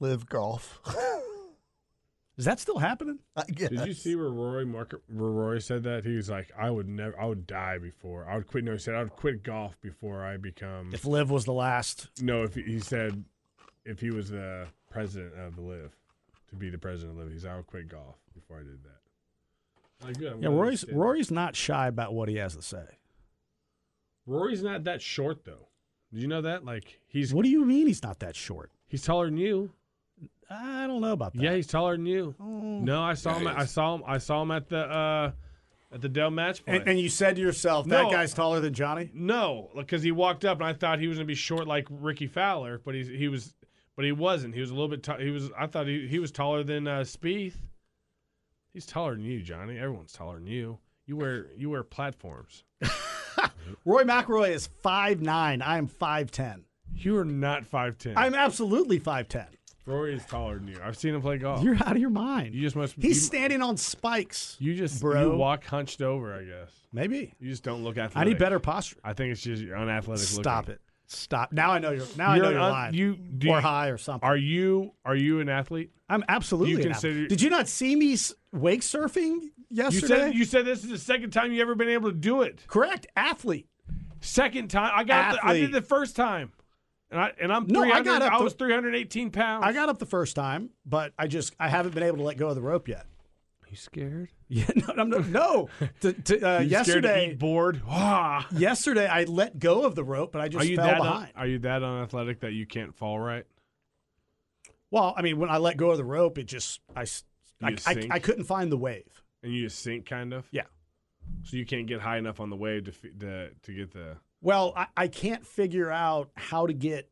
Speaker 6: Live golf.
Speaker 4: Is that still happening?
Speaker 6: I guess.
Speaker 3: did you see where Rory Mark, where Rory said that he was like, I would never, I would die before I would quit. No, he said I would quit golf before I become.
Speaker 4: If Liv was the last,
Speaker 3: No, if he- he said, if he was the president of the Live, to be the president of Live, he's I would quit golf before I did that. Like, good, I'm
Speaker 4: yeah,
Speaker 3: glad he
Speaker 4: Rory's
Speaker 3: said that.
Speaker 4: Rory's not shy about what he has to say.
Speaker 3: Rory's not that short though. Did you know that? Like he's
Speaker 4: What do you mean he's not that short?
Speaker 3: he's taller than you.
Speaker 4: I don't know about that.
Speaker 3: Yeah, he's taller than you.
Speaker 4: Oh.
Speaker 3: No, I saw
Speaker 5: Yeah,
Speaker 3: him.
Speaker 5: he
Speaker 3: I
Speaker 5: is.
Speaker 3: saw him. I saw him at the uh, at the Dell match play.
Speaker 4: And, and you said to yourself,
Speaker 3: No.
Speaker 4: that guy's taller than Johnny.
Speaker 3: no, because he walked up and I thought he was gonna be short like Ricky Fowler, but he's he was, but he wasn't. He was a little bit. T- he was. I thought he he was taller than uh, Spieth. He's taller than you, Johnny. Everyone's taller than you. You wear you wear platforms.
Speaker 4: Roy McIlroy is 5'9". I am 5'10".
Speaker 3: You are not five ten.
Speaker 4: I'm absolutely 5'10".
Speaker 3: Rory is taller than you. I've seen him play golf.
Speaker 4: You're out of your mind.
Speaker 3: Oh. you just must.
Speaker 4: He's
Speaker 3: you-
Speaker 4: standing on spikes.
Speaker 3: You just
Speaker 4: Bro.
Speaker 3: you walk hunched over, I guess.
Speaker 4: Maybe.
Speaker 3: You just don't look athletic.
Speaker 4: I need better posture.
Speaker 3: I think it's just you're unathletic.
Speaker 4: Stop
Speaker 3: looking.
Speaker 4: it. Stop. Now I know you're now
Speaker 3: You're
Speaker 4: I know you're
Speaker 3: an un-
Speaker 4: lying.
Speaker 3: you- do
Speaker 4: or
Speaker 3: you-
Speaker 4: high or something.
Speaker 3: Are you are you an athlete?
Speaker 4: I'm absolutely
Speaker 3: you
Speaker 4: an
Speaker 3: consider-
Speaker 4: athlete. Did you not see me s- wake surfing
Speaker 3: You
Speaker 4: yesterday?
Speaker 3: said you said this is the second time you ever been able to do it.
Speaker 4: Correct. Athlete.
Speaker 3: Second time I got the, I
Speaker 4: Athlete.
Speaker 3: did the first time, and I and I'm
Speaker 4: No, I
Speaker 3: 300
Speaker 4: got up
Speaker 3: I
Speaker 4: to-
Speaker 3: was 318 pounds.
Speaker 4: I got up the first time, but I just I haven't been able to let go of the rope yet.
Speaker 3: you scared?
Speaker 4: Yeah, no, I'm not, no. To- to, uh,
Speaker 3: You scared to
Speaker 4: yesterday,
Speaker 3: eat bored. Ah.
Speaker 4: yesterday I let go of the rope, but I
Speaker 3: Are
Speaker 4: just
Speaker 3: you
Speaker 4: fell
Speaker 3: that un-
Speaker 4: behind.
Speaker 3: are you that unathletic that you can't fall right?
Speaker 4: well, I mean, when I let go of the rope, it just I s-
Speaker 3: You
Speaker 4: I-
Speaker 3: just
Speaker 4: I,
Speaker 3: sink?
Speaker 4: I couldn't find the wave.
Speaker 3: And you just sink kind of.
Speaker 4: Yeah.
Speaker 3: So you can't get high enough on the wave to f- to, to get the.
Speaker 4: Well, I, I can't figure out how to get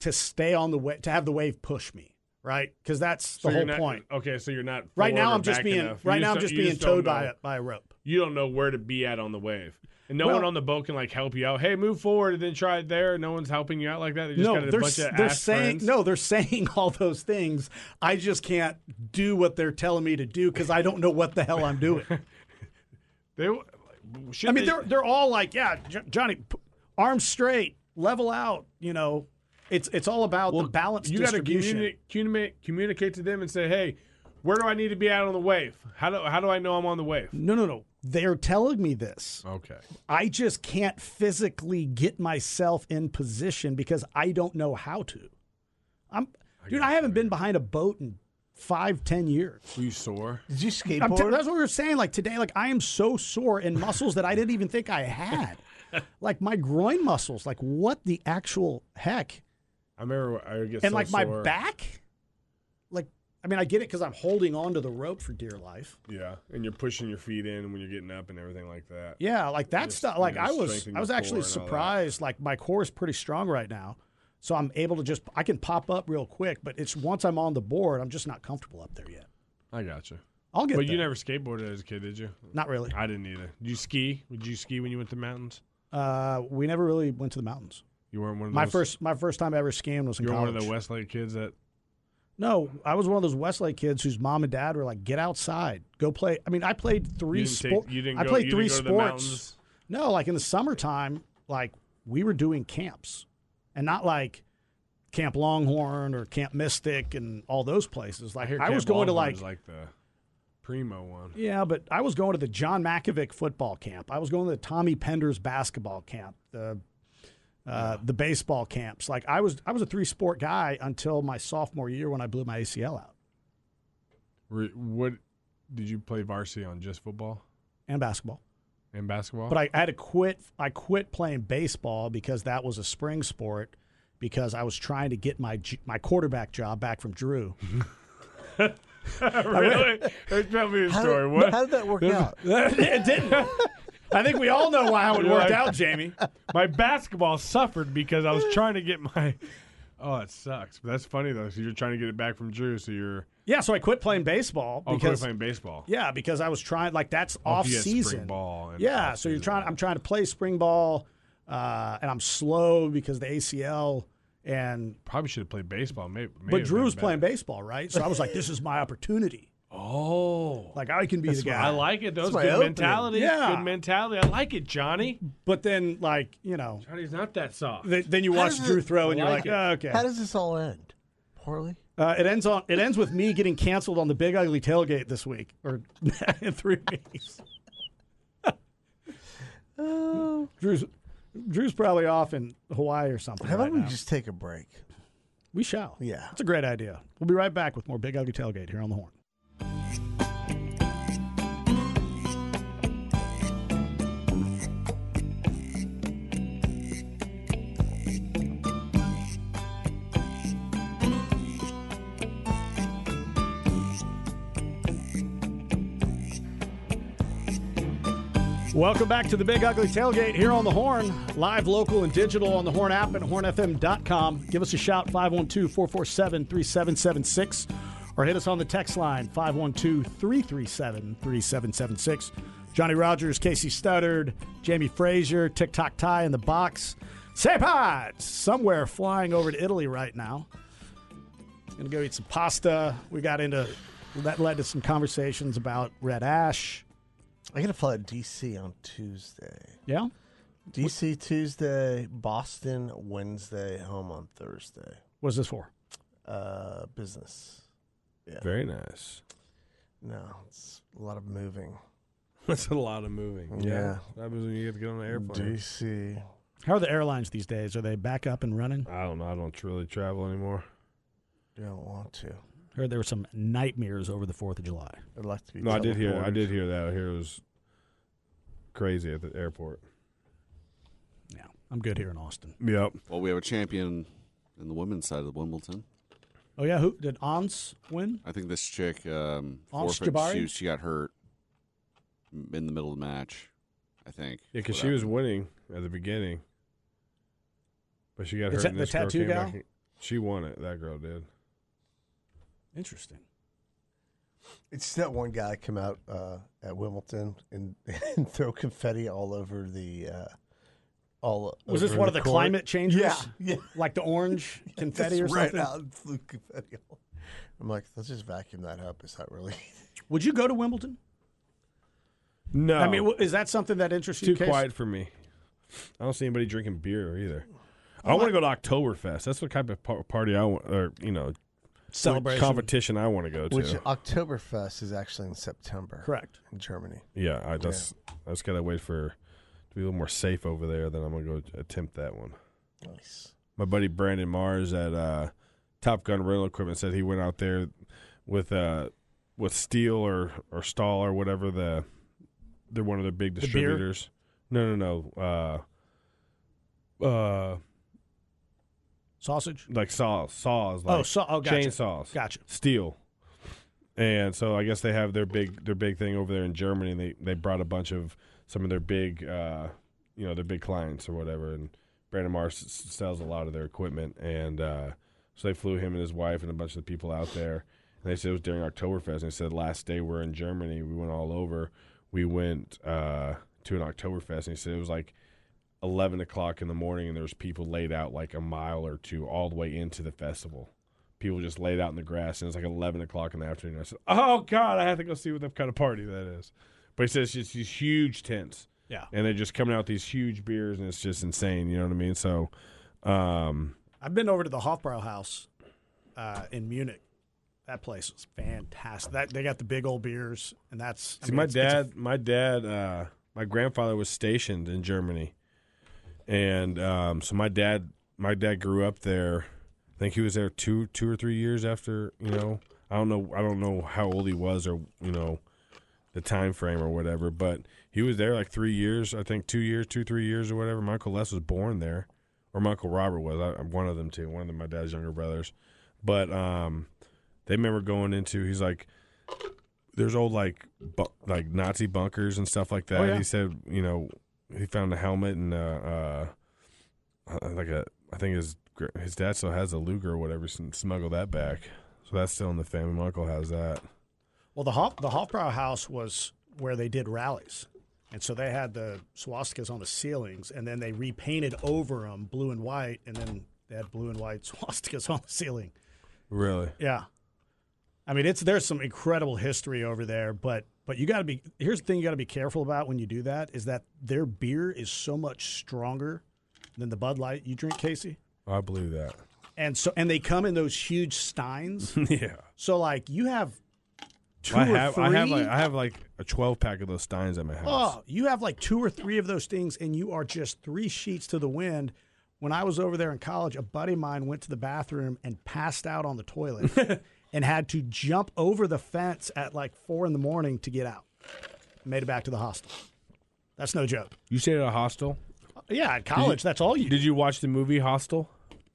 Speaker 4: to stay on the wave to have the wave push me, right? Because that's the
Speaker 3: So you're
Speaker 4: whole
Speaker 3: not-
Speaker 4: point.
Speaker 3: Okay, so you're not
Speaker 4: Right
Speaker 3: forward
Speaker 4: now,
Speaker 3: or
Speaker 4: I'm just
Speaker 3: back
Speaker 4: being
Speaker 3: enough. You
Speaker 4: right now I'm
Speaker 3: don't-
Speaker 4: just
Speaker 3: you
Speaker 4: being
Speaker 3: don't
Speaker 4: towed by
Speaker 3: know.
Speaker 4: a, by a rope.
Speaker 3: You don't know where to be at on the wave, and no
Speaker 4: Well-
Speaker 3: one on the boat can like help you out. Hey, move forward and then try it there. No one's helping you out like that. They just
Speaker 4: No,
Speaker 3: got a
Speaker 4: they're
Speaker 3: bunch
Speaker 4: s-
Speaker 3: of
Speaker 4: they're
Speaker 3: ass
Speaker 4: saying
Speaker 3: friends.
Speaker 4: no, they're saying all those things. I just can't do what they're telling me to do because I don't know what the hell I'm doing.
Speaker 3: They, like, should
Speaker 4: I mean,
Speaker 3: they-
Speaker 4: they're they're all like, yeah, J- Johnny, p- arms straight, level out. You know, it's it's all about the balance
Speaker 3: You gotta
Speaker 4: distribution.
Speaker 3: communi- communi- communicate to them and say, hey, where do I need to be at on the wave? How do how do I know I'm on the wave?
Speaker 4: no, no, no. They're telling me this.
Speaker 3: Okay.
Speaker 4: I just can't physically get myself in position because I don't know how to. I'm, dude. I haven't been behind a boat in five, ten years.
Speaker 3: Were you sore?
Speaker 6: Did you
Speaker 4: I'm t-
Speaker 6: skateboard?
Speaker 4: that's what we were saying. Like today, like I am so sore in muscles that I didn't even think I had. like my groin muscles. Like what the actual heck?
Speaker 3: I remember I would get
Speaker 4: and
Speaker 3: so
Speaker 4: like my
Speaker 3: sore.
Speaker 4: back. Like I mean, I get it because I'm holding onto the rope for dear life.
Speaker 3: Yeah, and you're pushing your feet in when you're getting up and everything like that.
Speaker 4: Yeah, like that
Speaker 3: Just,
Speaker 4: stuff.
Speaker 3: you
Speaker 4: Like
Speaker 3: know,
Speaker 4: I was,
Speaker 3: strengthen
Speaker 4: I was
Speaker 3: your
Speaker 4: actually
Speaker 3: core and all that.
Speaker 4: surprised. Like my core is pretty strong right now, so I'm able to just I can pop up real quick. But it's once I'm on the board, I'm just not comfortable up there yet.
Speaker 3: I gotcha.
Speaker 4: I'll get
Speaker 3: But
Speaker 4: there.
Speaker 3: you never skateboarded as a kid, did you?
Speaker 4: not really.
Speaker 3: I didn't either. Did you ski? Would you ski when you went to mountains?
Speaker 4: Uh, we never really went to the mountains.
Speaker 3: You weren't one of
Speaker 4: My
Speaker 3: those-
Speaker 4: first, my first time ever skiing was in
Speaker 3: You were one
Speaker 4: college.
Speaker 3: of the Westlake kids that.
Speaker 4: No, I was one of those Westlake kids whose mom and dad were like, "Get outside, go play." I mean, I played
Speaker 3: You
Speaker 4: three
Speaker 3: didn't, take-
Speaker 4: sports.
Speaker 3: you didn't
Speaker 4: I
Speaker 3: go-
Speaker 4: played
Speaker 3: you
Speaker 4: three
Speaker 3: didn't go to the
Speaker 4: sports.
Speaker 3: mountains?
Speaker 4: No, like in the summertime, like we were doing camps, and not like Camp Longhorn or Camp Mystic and all those places.
Speaker 3: I
Speaker 4: Like
Speaker 3: hear
Speaker 4: I, was
Speaker 3: Camp
Speaker 4: going to
Speaker 3: Longhorn
Speaker 4: like,
Speaker 3: is like the primo one.
Speaker 4: yeah, but I was going to the John Makovic football camp. I was going to the Tommy Pender's basketball camp. The uh, the baseball camps. Like I was, I was a three sport guy until my sophomore year when I blew my ACL out
Speaker 3: Were- What did you play varsity on? Just football
Speaker 4: and basketball.
Speaker 3: and basketball?
Speaker 4: But I, I had to quit. I quit playing baseball because that was a spring sport because I was trying to get my j- my quarterback job back from Drew.
Speaker 3: really? Tell me a
Speaker 6: How,
Speaker 3: story.
Speaker 6: did,
Speaker 3: What?
Speaker 6: how did that work out?
Speaker 4: it didn't. I think we all know why how it worked out, Jamie.
Speaker 3: my basketball suffered because I was trying to get my. Oh, it sucks. But that's funny though. So you're trying to get it back from Drew. So you're
Speaker 4: Yeah, so I quit playing baseball
Speaker 3: oh,
Speaker 4: because
Speaker 3: playing baseball.
Speaker 4: yeah, because I was trying like that's
Speaker 3: Oh,
Speaker 4: off
Speaker 3: if you had spring
Speaker 4: season.
Speaker 3: ball and
Speaker 4: yeah,
Speaker 3: off
Speaker 4: so you're
Speaker 3: season.
Speaker 4: trying. I'm trying to play spring ball, uh, and I'm slow because the ACL and.
Speaker 3: Probably should have played baseball. Maybe,
Speaker 4: But Drew's playing baseball, right? So I was like, "This is my opportunity.
Speaker 3: Oh,
Speaker 4: Like I can be the guy."
Speaker 3: I like it. That's
Speaker 6: my
Speaker 3: good
Speaker 6: opening.
Speaker 3: mentality.
Speaker 4: Yeah.
Speaker 3: good mentality. I like it, Johnny.
Speaker 4: But then, like you know,
Speaker 3: Johnny's not that soft.
Speaker 4: th- then you watch
Speaker 6: does
Speaker 4: Drew
Speaker 6: it-
Speaker 4: throw, and
Speaker 3: I
Speaker 4: you're
Speaker 3: like
Speaker 4: like, oh, "Okay."
Speaker 6: How does this all end? Poorly.
Speaker 4: Uh, it ends on it ends with me getting canceled on the Big Ugly Tailgate this week or in three weeks.
Speaker 6: Oh.
Speaker 4: Drew's Drew's probably off in Hawaii or something.
Speaker 6: How
Speaker 4: right
Speaker 6: about we
Speaker 4: now.
Speaker 6: just take a break?
Speaker 4: we shall?
Speaker 6: Yeah.
Speaker 4: it's a great idea. We'll be right back with more Big Ugly Tailgate here on the Horn. Welcome back to the Big Ugly Tailgate here on the Horn, live, local, and digital on the Horn app and hornfm.com. Give us a shout, 512 447 3776, or hit us on the text line, 512 337 3776. Johnny Rogers, Casey Studdard, Jamie Frazier, TikTok Ty in the box. Sapot, somewhere flying over to Italy right now. Gonna go eat some pasta. We got into that led to some conversations about red ash.
Speaker 6: I got to fly to DC on Tuesday.
Speaker 4: Yeah?
Speaker 6: DC Tuesday, Boston Wednesday, home on Thursday.
Speaker 4: What is this for?
Speaker 6: Uh, business.
Speaker 3: Very nice.
Speaker 6: No, it's a lot of moving.
Speaker 3: That's a lot of moving.
Speaker 6: Yeah.
Speaker 3: That happens when you get to get on an airplane.
Speaker 6: DC.
Speaker 4: How are the airlines these days? Are they back up and running?
Speaker 3: I don't know. I don't really travel anymore.
Speaker 6: You don't want to.
Speaker 4: Heard there were some nightmares over the Fourth of July.
Speaker 6: I'd like to be.
Speaker 3: No, I did hear. I
Speaker 6: teleported.
Speaker 3: did hear that. I hear it was crazy at the airport.
Speaker 4: Yeah, I'm good here in Austin.
Speaker 3: Yep.
Speaker 5: Well, we have a champion in the women's side of the Wimbledon.
Speaker 4: Oh yeah, who did Ons win?
Speaker 5: I think this chick, um,
Speaker 4: Ons
Speaker 5: forfeit-
Speaker 4: Jabari?
Speaker 5: she, she got hurt m- in the middle of the match, I think.
Speaker 3: Yeah, because
Speaker 5: What
Speaker 3: she was
Speaker 5: happened?
Speaker 3: winning at the beginning, but she got
Speaker 4: The
Speaker 3: hurt.
Speaker 4: ta-
Speaker 3: and
Speaker 4: the
Speaker 3: this girl
Speaker 4: tattoo
Speaker 3: came
Speaker 4: gal?
Speaker 3: back and- She won it. That girl did.
Speaker 4: Interesting.
Speaker 6: It's that one guy come out uh, at Wimbledon and, and throw confetti all over the. Uh, all
Speaker 4: Was
Speaker 6: over
Speaker 4: this one of the
Speaker 6: court.
Speaker 4: climate changers?
Speaker 6: Yeah, yeah.
Speaker 4: Like the orange confetti
Speaker 6: Just
Speaker 4: or
Speaker 6: ran
Speaker 4: something.
Speaker 6: out and flew confetti all- I'm like, let's just vacuum that up. Is that really?
Speaker 4: Would you go to Wimbledon?
Speaker 3: No,
Speaker 4: I mean, wh- is that something that interests you?
Speaker 3: too
Speaker 4: Case?
Speaker 3: quiet for me. I don't see anybody drinking beer either. I want to go to Oktoberfest. That's the type of par- party I want, or you know,
Speaker 4: celebration.
Speaker 3: competition I want to go to.
Speaker 6: Which Oktoberfest is actually in September.
Speaker 4: Correct.
Speaker 6: In Germany.
Speaker 3: yeah, I, that's I just gotta wait for to be a little more safe over there. Then I'm gonna go attempt that one.
Speaker 6: Nice.
Speaker 3: my buddy Brandon Mars at uh, Top Gun Rental Equipment said he went out there with uh, with Steel or or Stahl or whatever the they're one of the big
Speaker 4: beer?
Speaker 3: distributors. no, no, no. Uh, uh,
Speaker 4: Sausage.
Speaker 3: like saws, saws, like
Speaker 4: oh, so, oh, gotcha.
Speaker 3: chainsaws,
Speaker 4: Gotcha.
Speaker 3: steel. And so I guess they have their big their big thing over there in Germany. And they they brought a bunch of some of their big uh, you know their big clients or whatever. And Brandon Mars s- sells a lot of their equipment, and uh, so they flew him and his wife and a bunch of the people out there. And they said it was during Oktoberfest. And they said last day we're in Germany, we went all over. We went uh, to an Oktoberfest, and he said it was like 11 o'clock in the morning and there was people laid out like a mile or two all the way into the festival people just laid out in the grass and it's like 11 o'clock in the afternoon i said oh god i have to go see what kind of party that is but he says it's just these huge tents
Speaker 4: Yeah.
Speaker 3: and they're just coming out with these huge beers and it's just insane you know what i mean so um
Speaker 4: I've been over to the Hofbrauhaus House uh, in Munich. That place is fantastic. That they got the big old beers, and that's I
Speaker 3: See,
Speaker 4: mean,
Speaker 3: my
Speaker 4: it's- it's a-
Speaker 3: dad, my dad, uh, my grandfather was stationed in Germany, and um, so my dad, my dad grew up there. I think he was there two, two or three years after. You know, I don't know, I don't know how old he was or you know, the time frame or whatever. But he was there like three years, I think two years, two three years or whatever. Michael Les was born there, or Michael Robert was. I, I'm one of them too. One of them, my dad's younger brothers. But um, they remember going into. He's like, there's old like bu- like Nazi bunkers and stuff like that.
Speaker 4: Oh, yeah.
Speaker 3: He said, you know, he found a helmet and uh, uh uh, like a I think his gr- his dad still has a Luger or whatever. sm- Smuggle that back, so that's still in the family. My uncle has that.
Speaker 4: Well, the Hoff, the Hofbrau house was where they did rallies. And so they had the swastikas on the ceilings, and then they repainted over them blue and white, and then they had blue and white swastikas on the ceiling.
Speaker 3: Really?
Speaker 4: Yeah. I mean, it's there's some incredible history over there, but but you got to be here's the thing you got to be careful about when you do that is that their beer is so much stronger than the Bud Light you drink, Casey.
Speaker 3: Oh, I believe that.
Speaker 4: And so and they come in those huge steins.
Speaker 3: yeah.
Speaker 4: so like you have two
Speaker 3: Mm-hmm. I
Speaker 4: or
Speaker 3: have
Speaker 4: three.
Speaker 3: I have like I have like a 12 pack of those steins at my house.
Speaker 4: Oh, you have like two or three of those things, and you are just three sheets to the wind. When I was over there in college, a buddy of mine went to the bathroom and passed out on the toilet and had to jump over the fence at like four in the morning to get out. Made it back to the hostel. That's no joke.
Speaker 3: You stayed at a hostel?
Speaker 4: Uh, Yeah, at college, that's all you.
Speaker 3: Did you watch the movie Hostel?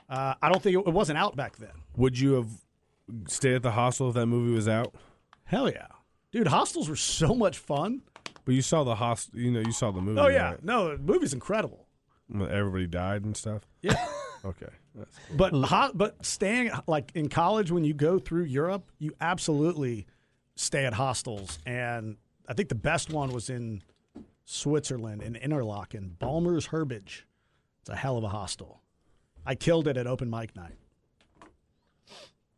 Speaker 4: Uh, I don't think it, it wasn't out back then.
Speaker 3: Would you have stayed at the hostel if that movie was out?
Speaker 4: Hell yeah, dude, hostels were so much fun.
Speaker 3: But you saw the hostel, you know, you saw the movie.
Speaker 4: Oh yeah,
Speaker 3: right?
Speaker 4: no, the movie's incredible.
Speaker 3: When everybody died and stuff.
Speaker 4: Yeah.
Speaker 3: Okay. That's-
Speaker 4: But hot, but staying like in college when you go through Europe, you absolutely stay at hostels, and I think the best one was in Switzerland in Interlaken, Balmer's Herbage. It's a hell of a hostel. I killed it at open mic night.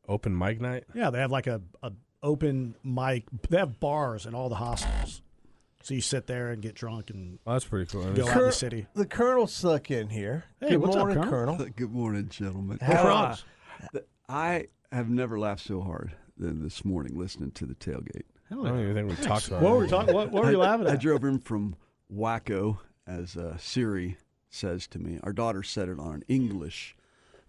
Speaker 3: Open mic night?
Speaker 4: Yeah, they have like a, a open mic. They have bars in all the hostels, so you sit there and get drunk and
Speaker 3: Well, that's pretty cool.
Speaker 4: go out in the city.
Speaker 6: The Colonel snuck in here.
Speaker 4: Hey,
Speaker 6: Good
Speaker 4: what's up,
Speaker 6: morning,
Speaker 4: Colonel?
Speaker 7: Good morning, gentlemen.
Speaker 6: How are you?
Speaker 7: I have never laughed so hard than this morning listening to the tailgate.
Speaker 3: I don't even think we talked about
Speaker 4: What
Speaker 3: it.
Speaker 4: were we talking? What, what were you
Speaker 7: I-
Speaker 4: laughing
Speaker 7: I
Speaker 4: at?
Speaker 7: drove in from Waco, as uh, Siri says to me. Our daughter said it on an English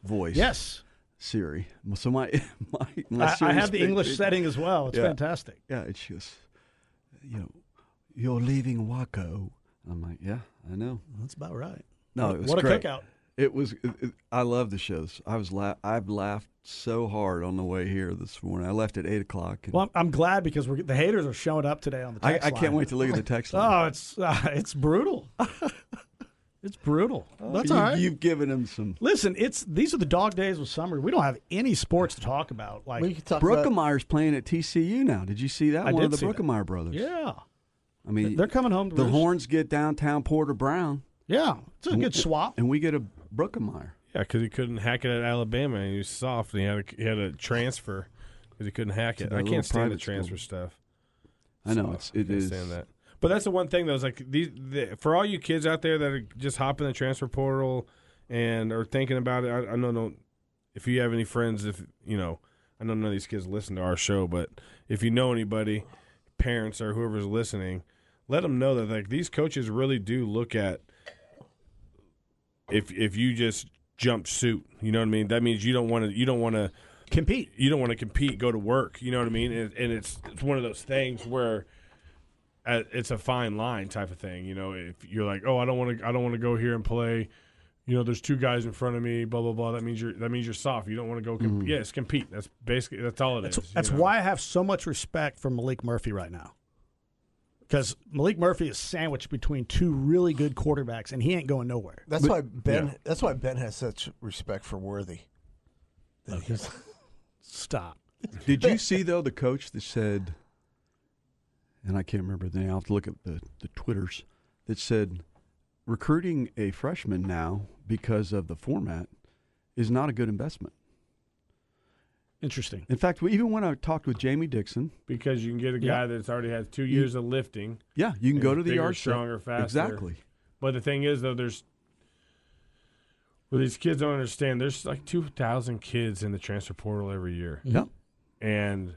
Speaker 7: voice.
Speaker 4: Yes,
Speaker 7: Siri. So my my, my
Speaker 4: I, I
Speaker 7: Siri
Speaker 4: have the
Speaker 7: speak-
Speaker 4: English setting as well. It's
Speaker 7: Yeah.
Speaker 4: fantastic.
Speaker 7: Yeah, and she goes, you know, you're leaving Waco. And I'm like, yeah, I know.
Speaker 4: That's about right.
Speaker 7: No,
Speaker 4: What-
Speaker 7: it was
Speaker 4: what a
Speaker 7: great.
Speaker 4: cookout.
Speaker 7: It was. It, it- I love the shows. I was. La- I've laughed so hard on the way here this morning. I left at eight o'clock. and
Speaker 4: Well, I'm, I'm glad because we're, the haters are showing up today on the
Speaker 7: I,
Speaker 4: text
Speaker 7: I can't
Speaker 4: line.
Speaker 7: wait to look at the text line.
Speaker 4: Oh, it's uh, it's brutal. it's brutal. That's all right.
Speaker 7: Oh, You, have given him some.
Speaker 4: Listen, it's these are the dog days of summer. We don't have any sports to talk about. Like,
Speaker 6: We can talk about
Speaker 7: Brookemeier's playing at TCU now. Did you see that?
Speaker 4: I
Speaker 7: One
Speaker 4: did
Speaker 7: of the
Speaker 4: see that.
Speaker 7: Brookemeyer brothers.
Speaker 4: yeah,
Speaker 7: I mean,
Speaker 4: they're coming home. To
Speaker 7: the
Speaker 4: roost.
Speaker 7: horns get downtown Porter Brown,
Speaker 4: Yeah, it's a good swap.
Speaker 7: and we get a Brookemeyer.
Speaker 3: Yeah, because he couldn't hack it at Alabama, and he was soft, and he had a, he had a transfer because he couldn't hack it.
Speaker 7: that
Speaker 3: I
Speaker 7: little
Speaker 3: can't stand the
Speaker 7: private school.
Speaker 3: transfer stuff.
Speaker 7: I know
Speaker 3: So,
Speaker 7: it's it
Speaker 3: can't
Speaker 7: is.
Speaker 3: stand that. But that's the one thing though. Is like these the, for all you kids out there that are just hopping the transfer portal and are thinking about it. I, I know don't if you have any friends, if you know, I know none of these kids listen to our show, but if you know anybody, parents or whoever's listening, let them know that like these coaches really do look at if if you just jumpsuit, you know what I mean. That means you don't want to you don't want to
Speaker 4: Compete.
Speaker 3: you don't want to compete, go to work. You know what I mean? And, and it's it's one of those things where uh, it's a fine line type of thing. You know, if you're like, oh, I don't want to, I don't want to go here and play. You know, there's two guys in front of me. Blah blah blah. That means you're that means you're soft. You don't want to go. Comp- Yes, compete. That's basically that's all it is.
Speaker 4: Mm-hmm. That's,
Speaker 3: you
Speaker 4: that's
Speaker 3: know?
Speaker 4: why I have so much respect for Malik Murphy right now. Because Malik Murphy is sandwiched between two really good quarterbacks, and he ain't going nowhere.
Speaker 6: That's why Ben. That's why Ben has such respect for Worthy. That he's-
Speaker 4: Stop.
Speaker 7: Did you see though the coach that said, and I can't remember the name. I'll have to look at the the twitters that said, recruiting a freshman now because of the format is not a good investment.
Speaker 4: Interesting.
Speaker 7: In fact, we, even when I talked with Jamie Dixon,
Speaker 3: because you can get a guy that's already had two years of lifting.
Speaker 7: yeah, you can
Speaker 3: And
Speaker 7: go
Speaker 3: he's
Speaker 7: to the
Speaker 3: bigger,
Speaker 7: yard sale.
Speaker 3: stronger, faster.
Speaker 7: Exactly.
Speaker 3: But the thing is, though, there's well, these kids don't understand. There's like two thousand kids in the transfer portal every year.
Speaker 7: Yeah.
Speaker 3: and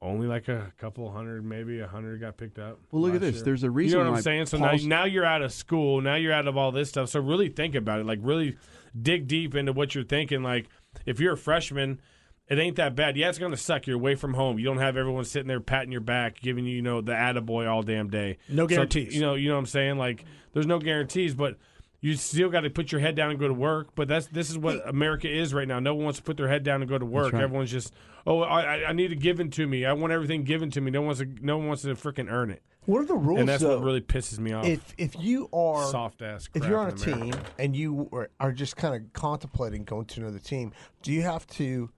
Speaker 3: only like a couple hundred, maybe a hundred got picked up.
Speaker 7: Well, look at
Speaker 3: last
Speaker 7: this.
Speaker 3: year.
Speaker 7: There's a reason
Speaker 3: You know what
Speaker 7: why
Speaker 3: I'm saying? So
Speaker 7: Paul's-
Speaker 3: now, now you're out of school. Now you're out of all this stuff. So really think about it. Like really dig deep into what you're thinking. Like if you're a freshman, it ain't that bad. Yeah, it's gonna suck. You're away from home. You don't have everyone sitting there patting your back, giving you, you know, the attaboy all damn day.
Speaker 4: No
Speaker 3: So,
Speaker 4: guarantees.
Speaker 3: you know, you know what I'm saying? Like there's no guarantees, but you still got to put your head down and go to work, but that's this is what America is right now. No one wants to put their head down and go to work.
Speaker 7: right.
Speaker 3: Everyone's just, oh, I, I- I need it given to me. I want everything given to me. No one wants to, no one wants to freaking earn it.
Speaker 6: What are the rules?
Speaker 3: And that's
Speaker 6: though?
Speaker 3: what really pisses me off.
Speaker 6: if if you are
Speaker 3: Soft ass.
Speaker 6: if you're on a team and you are, are just kind of contemplating going to another team, do you have to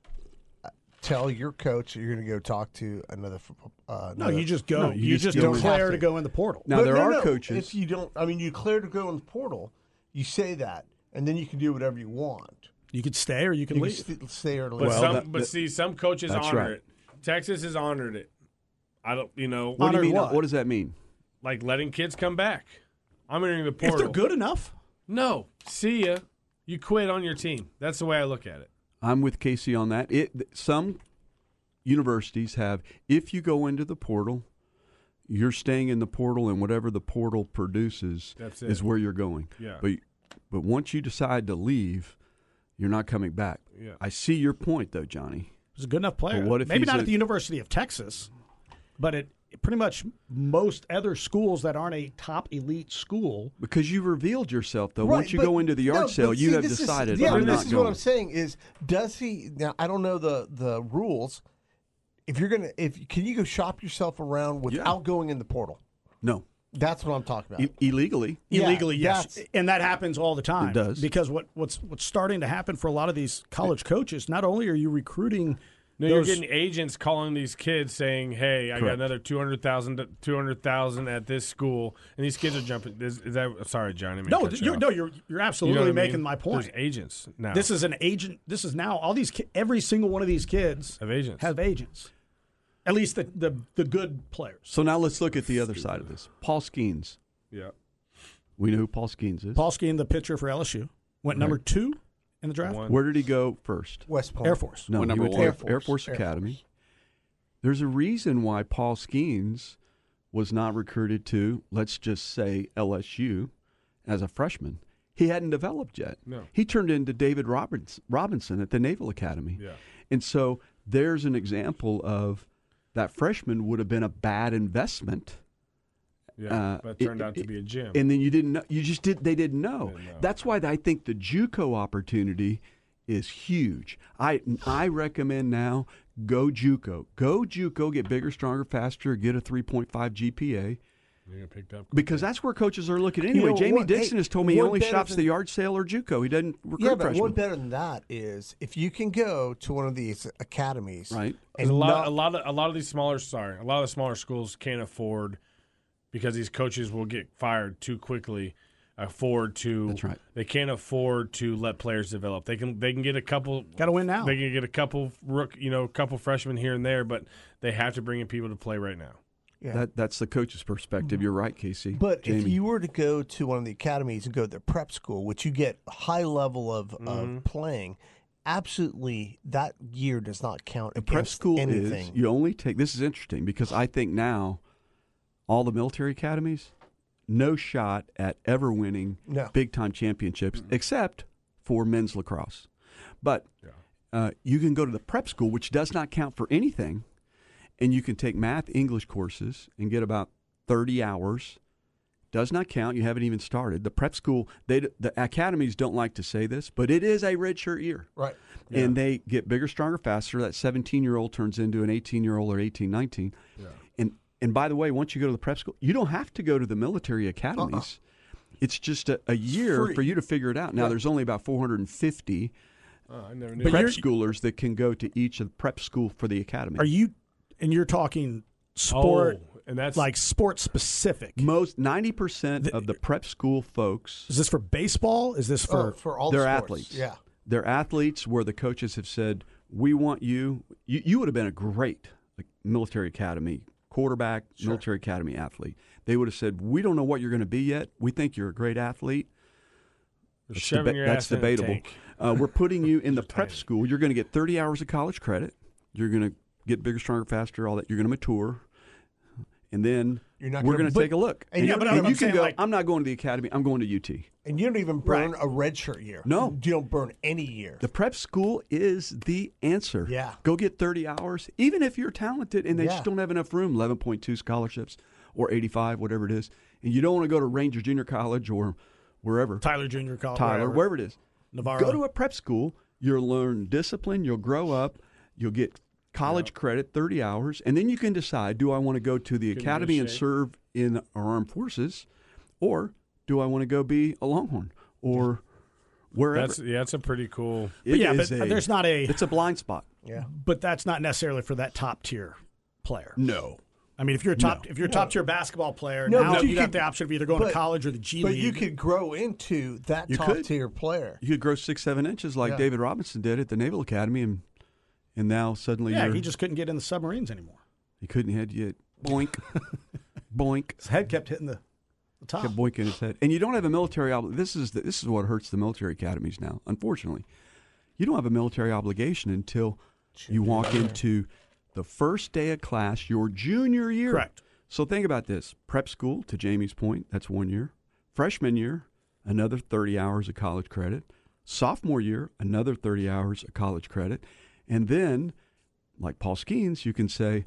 Speaker 6: uh, tell your coach that you're going to go talk to another? f- Uh,
Speaker 4: No,
Speaker 6: another-
Speaker 4: you just go.
Speaker 7: No,
Speaker 4: you,
Speaker 7: you just
Speaker 4: just
Speaker 7: go in.
Speaker 4: declare to go in the portal.
Speaker 7: Now
Speaker 6: But
Speaker 7: there
Speaker 6: no,
Speaker 7: are
Speaker 6: no,
Speaker 7: coaches.
Speaker 6: If you don't, I mean, you clear to go in the portal. You say that, and then you can do whatever you want.
Speaker 4: You could stay or you could
Speaker 6: You
Speaker 4: leave.
Speaker 6: can st- stay or
Speaker 3: But
Speaker 6: leave.
Speaker 7: Well,
Speaker 3: some,
Speaker 7: that-
Speaker 3: but
Speaker 7: that-
Speaker 3: see, some coaches
Speaker 7: that's
Speaker 3: honor
Speaker 7: right.
Speaker 3: it. Texas has honored it. I don't, you know,
Speaker 7: what do you
Speaker 4: honored
Speaker 7: mean?
Speaker 4: what?
Speaker 7: What does that mean?
Speaker 3: like letting kids come back. I'm entering the
Speaker 4: if
Speaker 3: portal.
Speaker 4: they're good enough,
Speaker 3: No, see ya. You quit on your team. That's the way I look at it.
Speaker 7: I'm with Casey on that. It th- some universities have if you go into the portal, you're staying in the portal and whatever the portal produces
Speaker 3: That's
Speaker 7: is
Speaker 3: it.
Speaker 7: where you're going.
Speaker 3: Yeah.
Speaker 7: But but once you decide to leave, you're not coming back.
Speaker 3: Yeah.
Speaker 7: I see your point though, Johnny.
Speaker 4: he's a good enough player.
Speaker 7: But what if
Speaker 4: Maybe
Speaker 7: he's
Speaker 4: not
Speaker 7: a-
Speaker 4: at the University of Texas, but at pretty much most other schools that aren't a top elite school.
Speaker 7: Because you revealed yourself though.
Speaker 6: Right,
Speaker 7: once you
Speaker 6: but-
Speaker 7: go into the yard
Speaker 6: no,
Speaker 7: sale,
Speaker 6: but
Speaker 7: you
Speaker 6: see,
Speaker 7: have
Speaker 6: this is-
Speaker 7: decided
Speaker 6: yeah,
Speaker 7: I'm
Speaker 6: but
Speaker 7: not
Speaker 6: this is
Speaker 7: going.
Speaker 6: what I'm saying is, does he? Now, I don't know the the rules. If you're gonna, if can you go shop yourself around without going in the portal?
Speaker 7: No.
Speaker 6: That's what I'm talking about.
Speaker 7: I- illegally.
Speaker 6: Yeah,
Speaker 4: illegally, yes,
Speaker 6: that's-
Speaker 4: and that happens all the time.
Speaker 7: It does.
Speaker 4: because what, what's what's starting to happen for a lot of these college coaches? Not only are you recruiting
Speaker 3: No,
Speaker 4: those
Speaker 3: you're getting agents calling these kids saying, "Hey, I got
Speaker 7: Correct.
Speaker 3: another 200,000 200,000 at this school," and these kids are jumping. Is, is that sorry, John? I didn't mean to
Speaker 4: no,
Speaker 3: cut you
Speaker 4: you're,
Speaker 3: off.
Speaker 4: no, you're you're
Speaker 3: You know
Speaker 4: absolutely
Speaker 3: what I
Speaker 4: making
Speaker 3: mean?
Speaker 4: my point.
Speaker 3: There's agents now.
Speaker 4: This is an agent. This is now all these ki- every single one of these kids
Speaker 3: Have agents.
Speaker 4: have agents. At least the the, the good players.
Speaker 7: So now let's look at the other side of this. Paul Skeens.
Speaker 3: yeah.
Speaker 7: We know who Paul Skeens is.
Speaker 4: Paul Skeen, the pitcher for LSU, went number two in the draft.
Speaker 3: One.
Speaker 7: Where did he go first?
Speaker 6: West Point
Speaker 4: Air Force.
Speaker 7: No,
Speaker 5: Well,
Speaker 7: he
Speaker 5: number
Speaker 7: went to
Speaker 5: one.
Speaker 7: Air, Force, Air Force Academy. There's a reason why Paul Skeens was not recruited to, let's just say, LSU as a freshman. He hadn't developed yet.
Speaker 3: No.
Speaker 7: He turned into David Robbins, Robinson at the Naval Academy.
Speaker 3: Yeah.
Speaker 7: And so there's an example of that freshman would have been a bad investment.
Speaker 3: Yeah.
Speaker 7: Uh,
Speaker 3: but
Speaker 7: it-
Speaker 3: it turned out to
Speaker 7: it-
Speaker 3: be a gym.
Speaker 7: And then you didn't know. You just did. They didn't know.
Speaker 3: Didn't know.
Speaker 7: That's why I think the JUCO opportunity is huge. I I recommend now go JUCO. Go JUCO. Get bigger, stronger, faster. Get a 3.5 GPA
Speaker 3: you're gonna picked up.
Speaker 7: because that's where coaches are looking
Speaker 6: know
Speaker 7: anyway. Jamie
Speaker 6: what? Hey,
Speaker 7: Dixon has told me he
Speaker 6: one
Speaker 7: only
Speaker 6: better
Speaker 7: shops
Speaker 6: than-
Speaker 7: the yard sale or JUCO. He doesn't recruit
Speaker 6: Yeah, but
Speaker 7: freshmen.
Speaker 6: one better than that is if you can go to one of these academies,
Speaker 7: Right.
Speaker 3: There's
Speaker 6: And
Speaker 3: a lot,
Speaker 6: not-
Speaker 3: a lot of a lot of these smaller sorry, a lot of the smaller schools can't afford because these coaches will get fired too quickly. Afford to
Speaker 7: That's right.
Speaker 3: They can't afford to let players develop. They can they can get a couple
Speaker 4: Got to win now.
Speaker 3: They can get a couple rook, you know, a couple freshmen here and there, but they have to bring in people to play right now.
Speaker 6: yeah. Mm-hmm.
Speaker 7: That that's the coach's perspective. You're right, Casey.
Speaker 6: But if
Speaker 7: Jamie.
Speaker 6: you were to go to one of the academies and go to their prep school, which you get a high level of,
Speaker 7: Mm-hmm.
Speaker 6: of playing, absolutely that year does not count.
Speaker 7: The prep
Speaker 6: against
Speaker 7: school
Speaker 6: anything.
Speaker 7: is you only take. This is interesting because I think now all the military academies no shot at ever winning
Speaker 6: No.
Speaker 7: big time championships except for men's lacrosse. But uh, you can go to the prep school, which does not count for anything, and you can take math English courses and get about thirty hours. Does not count. You haven't even started the prep school. They d- the academies don't like to say this, but it is a redshirt year
Speaker 6: right.
Speaker 7: and they get bigger, stronger, faster. That 17 year old turns into an 18 year old or 18, 19. And, and by the way, once you go to the prep school, you don't have to go to the military academies.
Speaker 4: Uh-uh.
Speaker 7: It's just a, a year
Speaker 6: free.
Speaker 7: for you to figure it out. Now, there's only about 450
Speaker 3: Oh, I never knew.
Speaker 4: But
Speaker 7: prep
Speaker 4: you're-
Speaker 7: schoolers that can go to each of prep school for the academy.
Speaker 4: Are you and you're talking sport
Speaker 3: Oh, and that's
Speaker 4: like sport specific?
Speaker 7: Most 90% of the prep school folks
Speaker 4: Is this for baseball? Is this
Speaker 6: For, Oh,
Speaker 4: for
Speaker 6: for all
Speaker 7: they're
Speaker 6: the sports.
Speaker 7: athletes.
Speaker 6: Yeah.
Speaker 7: They're athletes where the coaches have said, "We want you. You, you would have been a great like, military academy quarterback, military academy athlete." They would have said, "We don't know what you're going to be yet. We think you're a great athlete.
Speaker 3: you're
Speaker 7: That's,
Speaker 3: shoving
Speaker 7: deba-
Speaker 3: your
Speaker 7: that's
Speaker 3: ass in a
Speaker 7: debatable.
Speaker 3: tank.
Speaker 7: Uh, we're putting you in the prep school. You're going to get 30 hours of college credit. You're going to get bigger, stronger, faster, all that. You're going to mature, and then
Speaker 6: You're not
Speaker 7: we're
Speaker 6: gonna-
Speaker 7: going to take
Speaker 6: but-
Speaker 7: a look.
Speaker 6: and yeah,
Speaker 7: you-
Speaker 6: but I'm-
Speaker 7: you
Speaker 6: I'm
Speaker 7: can
Speaker 4: saying,
Speaker 7: go.
Speaker 4: like-
Speaker 7: I'm not going to the academy. I'm going to UT.
Speaker 6: And you don't even burn a red shirt year.
Speaker 7: No.
Speaker 6: You don't burn any year.
Speaker 7: The prep school is the answer.
Speaker 6: Yeah.
Speaker 7: Go get 30 hours, even if you're talented and they
Speaker 6: Yeah.
Speaker 7: just don't have enough room 11.2 scholarships or 85, whatever it is. And you don't want to go to Ranger Junior College or wherever,
Speaker 4: Tyler Junior College.
Speaker 7: Tyler, wherever, it is.
Speaker 4: Navarro.
Speaker 7: Go to a prep school. You'll learn discipline. You'll grow up. You'll get college credit, 30 hours. And then you can decide do I want to go to the
Speaker 3: Give it a
Speaker 7: academy and
Speaker 3: shake.
Speaker 7: serve in our armed forces or do I want to go be a Longhorn or wherever?
Speaker 3: That's yeah, that's a pretty cool.
Speaker 7: It
Speaker 4: But yeah,
Speaker 7: is
Speaker 4: but there's not a-
Speaker 7: It's a blind spot.
Speaker 6: yeah.
Speaker 4: but that's not necessarily for that top tier player.
Speaker 7: No.
Speaker 4: I mean, if you're a top, if you're a top tier basketball player,
Speaker 6: No,
Speaker 4: now
Speaker 6: but
Speaker 4: you,
Speaker 6: you
Speaker 4: got
Speaker 6: could-
Speaker 4: the option of either going
Speaker 6: but-
Speaker 4: to college or the G
Speaker 6: But
Speaker 4: League.
Speaker 6: you could grow into that
Speaker 7: You
Speaker 6: top
Speaker 7: could.
Speaker 6: tier player.
Speaker 7: You could grow six, seven inches like
Speaker 6: Yeah.
Speaker 7: David Robinson did at the Naval Academy, and and now suddenly
Speaker 4: yeah,
Speaker 7: you're,
Speaker 4: he just couldn't get in the submarines anymore.
Speaker 7: he couldn't hit yet. Boink, boink,
Speaker 4: His head kept hitting the, the top.
Speaker 7: kept boinking his head. And you don't have a military. Obli- this is the, this is what hurts the military academies now. Unfortunately, you don't have a military obligation until you walk into the first day of class your junior year.
Speaker 4: Correct.
Speaker 7: So think about this: prep school, to Jamie's point, that's one year. Freshman year, another thirty hours of college credit. Sophomore year, another thirty hours of college credit, and then, like Paul Skeens, you can say,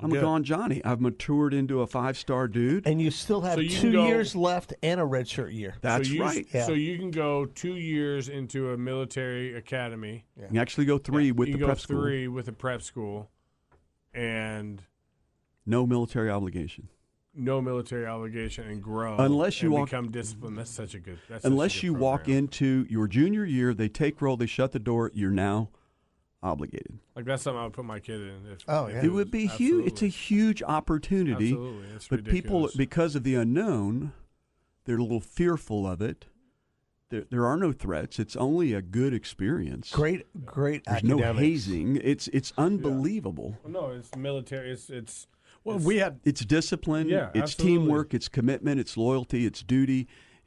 Speaker 7: "I'm a
Speaker 4: good."
Speaker 7: gone Johnny. I've matured into a five-star dude."
Speaker 6: And you still have
Speaker 3: So you can
Speaker 6: two
Speaker 3: go-
Speaker 6: years left and a red shirt year.
Speaker 7: That's
Speaker 3: so you,
Speaker 7: right.
Speaker 6: Yeah.
Speaker 3: So you can go two years into a military academy.
Speaker 7: You can actually go three with
Speaker 3: you
Speaker 7: the
Speaker 3: can
Speaker 7: prep
Speaker 3: go
Speaker 7: school.
Speaker 3: three with a prep school, and
Speaker 7: No military obligation.
Speaker 3: no military obligation, and grow
Speaker 7: Unless you
Speaker 3: and
Speaker 7: walk-
Speaker 3: become disciplined. That's such a good. That's such a
Speaker 7: Unless
Speaker 3: good
Speaker 7: you walk
Speaker 3: program.
Speaker 7: into your junior year, they take roll, they shut the door, you're now obligated.
Speaker 3: like that's something I would put my kid in. If,
Speaker 6: Oh,
Speaker 3: if
Speaker 6: yeah.
Speaker 7: It would be
Speaker 3: was-
Speaker 7: huge. It's a
Speaker 3: absolutely.
Speaker 7: huge opportunity.
Speaker 3: Absolutely, it's
Speaker 7: but people,
Speaker 3: ridiculous.
Speaker 7: because of the unknown, they're a little fearful of it. There, there are no threats. It's only a good experience.
Speaker 6: Great, great
Speaker 7: There's no
Speaker 6: academics.
Speaker 7: hazing. It's it's unbelievable.
Speaker 3: No, it's military. It's it's
Speaker 4: well, we had
Speaker 7: It's discipline.
Speaker 3: Yeah,
Speaker 7: it's
Speaker 3: absolutely.
Speaker 7: teamwork. It's commitment. It's loyalty. It's duty.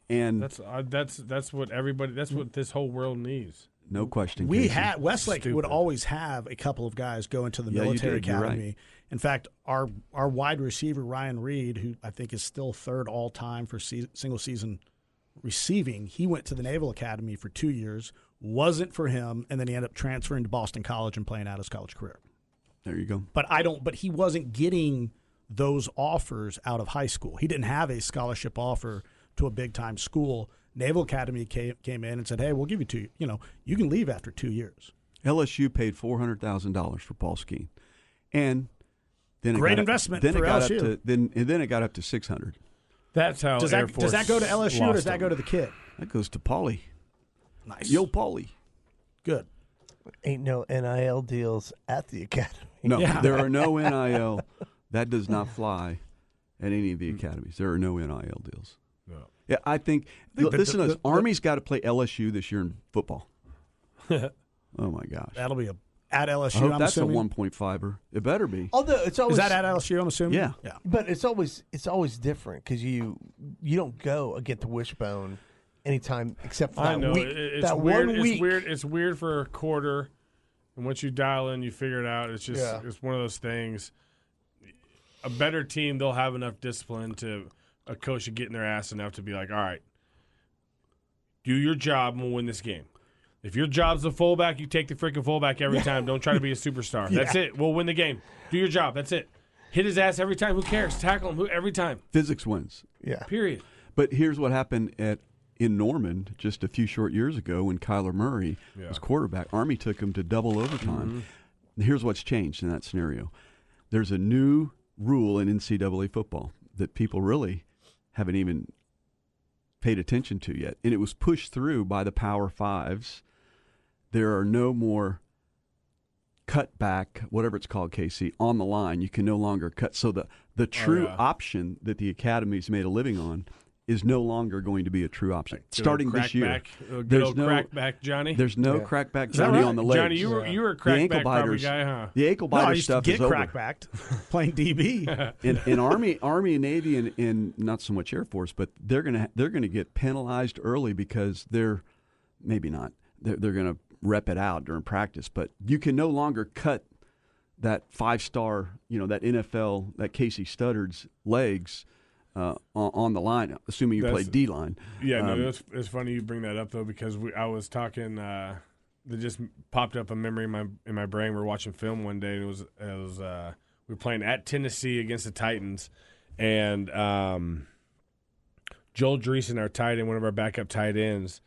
Speaker 7: And
Speaker 3: that's uh, that's that's what everybody. That's what this whole world needs.
Speaker 7: no question.
Speaker 4: we
Speaker 7: Casey.
Speaker 4: had Westlake would
Speaker 3: Stupid.
Speaker 4: always have a couple of guys go into the
Speaker 7: Yeah, you
Speaker 4: military
Speaker 7: did. You're right.
Speaker 4: academy. In fact, our our wide receiver Ryan Reed, who I think is still third all time for se- single season receiving, he went to the Naval Academy for two years. Wasn't for him, and then he ended up transferring to Boston College and playing out his college career.
Speaker 7: There you go.
Speaker 4: but I don't. But he wasn't getting those offers out of high school. He didn't have a scholarship offer to a big time school. Naval Academy came, came in and said, "Hey, we'll give you two. You know, you can leave after two years."
Speaker 7: LSU paid four hundred thousand dollars for Paul Skeen, and then it
Speaker 4: Great
Speaker 7: got up-
Speaker 4: investment
Speaker 7: then
Speaker 4: for
Speaker 7: it got
Speaker 4: LSU.
Speaker 7: Up to, then and then it got up to six hundred.
Speaker 3: That's how
Speaker 4: Does
Speaker 3: Air
Speaker 4: that does that go to LSU or does that go to the kid?
Speaker 7: That goes to Paulie.
Speaker 4: Nice.
Speaker 7: Yo, Paulie.
Speaker 4: Good.
Speaker 6: Ain't no NIL deals at the academy.
Speaker 7: No,
Speaker 4: Yeah.
Speaker 7: there are no NIL. That does not fly at any of the
Speaker 4: Hmm.
Speaker 7: academies. There are no NIL deals.
Speaker 3: No.
Speaker 7: Yeah, I think. look,
Speaker 4: the-
Speaker 7: listen
Speaker 4: the-
Speaker 7: to this.
Speaker 4: the-
Speaker 7: Army's got to play LSU this year in football. oh my gosh!
Speaker 4: That'll be a at
Speaker 7: I
Speaker 4: LSU.
Speaker 7: hope
Speaker 4: I'm
Speaker 7: that's
Speaker 4: assuming. Oh.
Speaker 7: a one point fiver. It better be.
Speaker 6: Although it's always
Speaker 4: Is that at LSU? I'm assuming.
Speaker 7: Yeah.
Speaker 4: Yeah.
Speaker 6: But it's always it's always different because you you don't go against the wishbone anytime except for that
Speaker 3: I know
Speaker 6: week.
Speaker 3: it- it's
Speaker 6: that
Speaker 3: weird.
Speaker 6: one week.
Speaker 3: It's weird. It's weird for a quarter, and once you dial in, you figure it out. It's just
Speaker 6: Yeah.
Speaker 3: it's one of those things. A better team, they'll have enough discipline to a coach to get in their ass enough to be like, all right, do your job and we'll win this game. If your job's the fullback, you take the freaking fullback every time. Don't try to be a superstar. That's it. We'll win the game. Do your job. That's it. Hit his ass every time. Who cares? Tackle him. Who every time.
Speaker 7: Physics wins.
Speaker 6: Yeah.
Speaker 3: Period.
Speaker 7: But here's what happened at in Norman just a few short years ago when Kyler Murray was quarterback. Army took him to double
Speaker 4: Mm-hmm.
Speaker 7: overtime. Here's what's changed in that scenario. There's a new rule in NCAA football that people really haven't even paid attention to yet, and it was pushed through by the Power Fives. There are no more cut back, whatever it's called, Casey, on the line. You can no longer cut. So the, the true
Speaker 3: Oh, yeah.
Speaker 7: option that the academy's made a living on is no longer going to be a true option.
Speaker 3: old
Speaker 7: Starting this year,
Speaker 3: crackback- uh, good old crackback Johnny.
Speaker 7: There's no
Speaker 6: Yeah.
Speaker 7: crackback
Speaker 4: that
Speaker 7: Johnny
Speaker 4: right?
Speaker 7: on the legs.
Speaker 3: Johnny, you were you were a
Speaker 7: the ankle
Speaker 3: crackback probably
Speaker 7: biters,
Speaker 3: guy, huh?
Speaker 7: the ankle
Speaker 4: No,
Speaker 7: biter
Speaker 4: I used to
Speaker 7: stuff
Speaker 4: get
Speaker 7: is over.
Speaker 4: crackbacked playing DB.
Speaker 7: in, in army, army and navy, and, and not so much air force, but they're gonna they're gonna get penalized early because they're maybe not they're, they're gonna rep it out during practice, but you can no longer cut that five star, you know, that NFL, that Casey Studdard's legs uh, on, on the line, assuming you play
Speaker 3: That's-
Speaker 7: D line.
Speaker 3: Yeah,
Speaker 7: Um,
Speaker 3: no, it's, it's funny you bring that up though because we, I was talking. Uh, that just popped up a memory in my in my brain. We were watching film one day, and it was it was uh, we were playing at Tennessee against the Titans, and um, Joel Dreesen, our tight end, one of our backup tight ends,